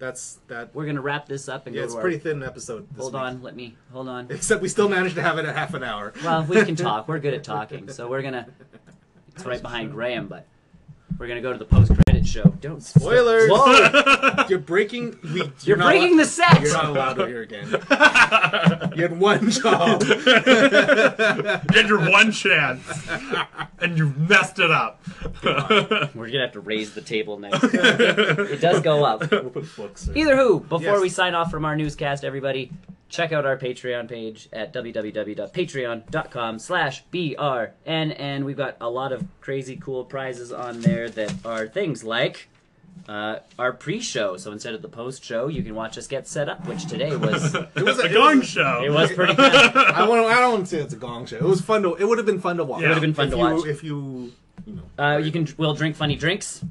[SPEAKER 1] that's that.
[SPEAKER 2] we're gonna wrap this up and
[SPEAKER 1] Yeah,
[SPEAKER 2] go
[SPEAKER 1] it's
[SPEAKER 2] to
[SPEAKER 1] a pretty
[SPEAKER 2] our.
[SPEAKER 1] thin episode. This
[SPEAKER 2] Hold
[SPEAKER 1] week.
[SPEAKER 2] on, let me hold on.
[SPEAKER 1] *laughs* Except we still managed to have it at half an hour.
[SPEAKER 2] Well, we can talk. We're good at talking, so we're gonna. It's right behind Graham, but we're gonna go to the post-credit show.
[SPEAKER 1] *laughs*
[SPEAKER 2] Don't
[SPEAKER 1] Spoilers! *laughs*
[SPEAKER 2] Whoa!
[SPEAKER 1] You're breaking. We, you're,
[SPEAKER 2] You're
[SPEAKER 1] not
[SPEAKER 2] breaking
[SPEAKER 1] allo-
[SPEAKER 2] the set.
[SPEAKER 1] You're not allowed to hear
[SPEAKER 4] *laughs*
[SPEAKER 1] again. You had one job.
[SPEAKER 4] You had your one chance, and you messed
[SPEAKER 1] *laughs*
[SPEAKER 4] it up.
[SPEAKER 2] We're gonna have to raise the table next. it does go up.
[SPEAKER 3] We'll put books. in.
[SPEAKER 2] Either who, before
[SPEAKER 1] Yes.
[SPEAKER 2] we sign off from our newscast, everybody, check out our Patreon page at www.patreon.com slash BRN. And we've got a lot of crazy cool prizes on there that are things like uh, our pre-show. So instead of the post-show, you can watch us get set up, which today was...
[SPEAKER 4] It
[SPEAKER 1] was
[SPEAKER 4] was
[SPEAKER 1] a-
[SPEAKER 4] a
[SPEAKER 1] it
[SPEAKER 4] gong
[SPEAKER 1] was a-
[SPEAKER 4] show.
[SPEAKER 2] It was
[SPEAKER 1] *laughs*
[SPEAKER 2] pretty good.
[SPEAKER 1] I want. I don't want to say it's a gong show. It was fun to. It would have been fun to watch.
[SPEAKER 4] It would have
[SPEAKER 2] been fun
[SPEAKER 1] if
[SPEAKER 2] to
[SPEAKER 1] you,
[SPEAKER 2] watch.
[SPEAKER 1] If you, you know,
[SPEAKER 2] Uh, you can we'll drink funny drinks.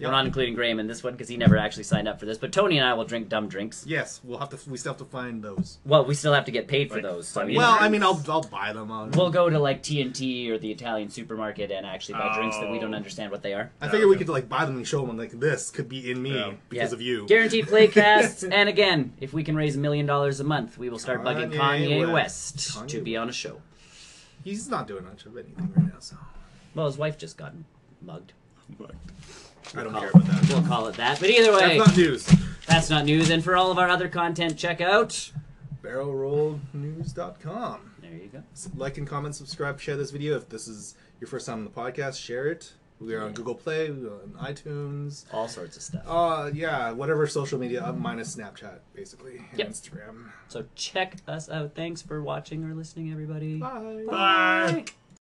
[SPEAKER 1] Yeah.
[SPEAKER 2] We're not including Graham in this one because he never actually signed up for this. But Tony and I will drink dumb drinks.
[SPEAKER 1] Yes, we'll have to. We still have to find those.
[SPEAKER 2] Well, we still have to get paid for
[SPEAKER 4] Like,
[SPEAKER 2] those. So, I
[SPEAKER 4] funny
[SPEAKER 2] mean,
[SPEAKER 1] Well, I mean, I'll I'll buy them on.
[SPEAKER 2] We'll go to like TNT or the Italian supermarket and actually buy drinks that we don't
[SPEAKER 4] Oh.
[SPEAKER 2] understand what they are.
[SPEAKER 1] I figure we could like buy them and show them like this could be in me
[SPEAKER 4] Yeah.
[SPEAKER 1] because
[SPEAKER 2] Yeah.
[SPEAKER 1] of you. *laughs*
[SPEAKER 2] Guaranteed playcasts. and again, if we can raise a million dollars a month, we will start bugging
[SPEAKER 1] Kanye
[SPEAKER 2] Kanye West,
[SPEAKER 1] West.
[SPEAKER 2] to
[SPEAKER 1] Kanye
[SPEAKER 2] be on a show.
[SPEAKER 1] He's not doing much of anything right now, so
[SPEAKER 2] Well, his wife just got mugged.
[SPEAKER 1] I don't
[SPEAKER 2] We'll
[SPEAKER 1] care
[SPEAKER 2] call-
[SPEAKER 1] about that.
[SPEAKER 2] We'll call it that. But either way,
[SPEAKER 1] That's not news.
[SPEAKER 2] that's not news. And for all of our other content, check out.
[SPEAKER 1] BarrelRolledNews.com.
[SPEAKER 2] There you go.
[SPEAKER 1] Like and comment, subscribe, share this video. If this is your first time on the podcast, share it. We are on Google Play, we are on iTunes.
[SPEAKER 2] All sorts of stuff.
[SPEAKER 1] Uh, yeah, whatever social media uh, minus Snapchat, basically, and
[SPEAKER 2] Yep.
[SPEAKER 1] Instagram.
[SPEAKER 2] So check us out. Thanks for watching or listening, everybody.
[SPEAKER 1] Bye.
[SPEAKER 4] Bye.
[SPEAKER 2] Bye.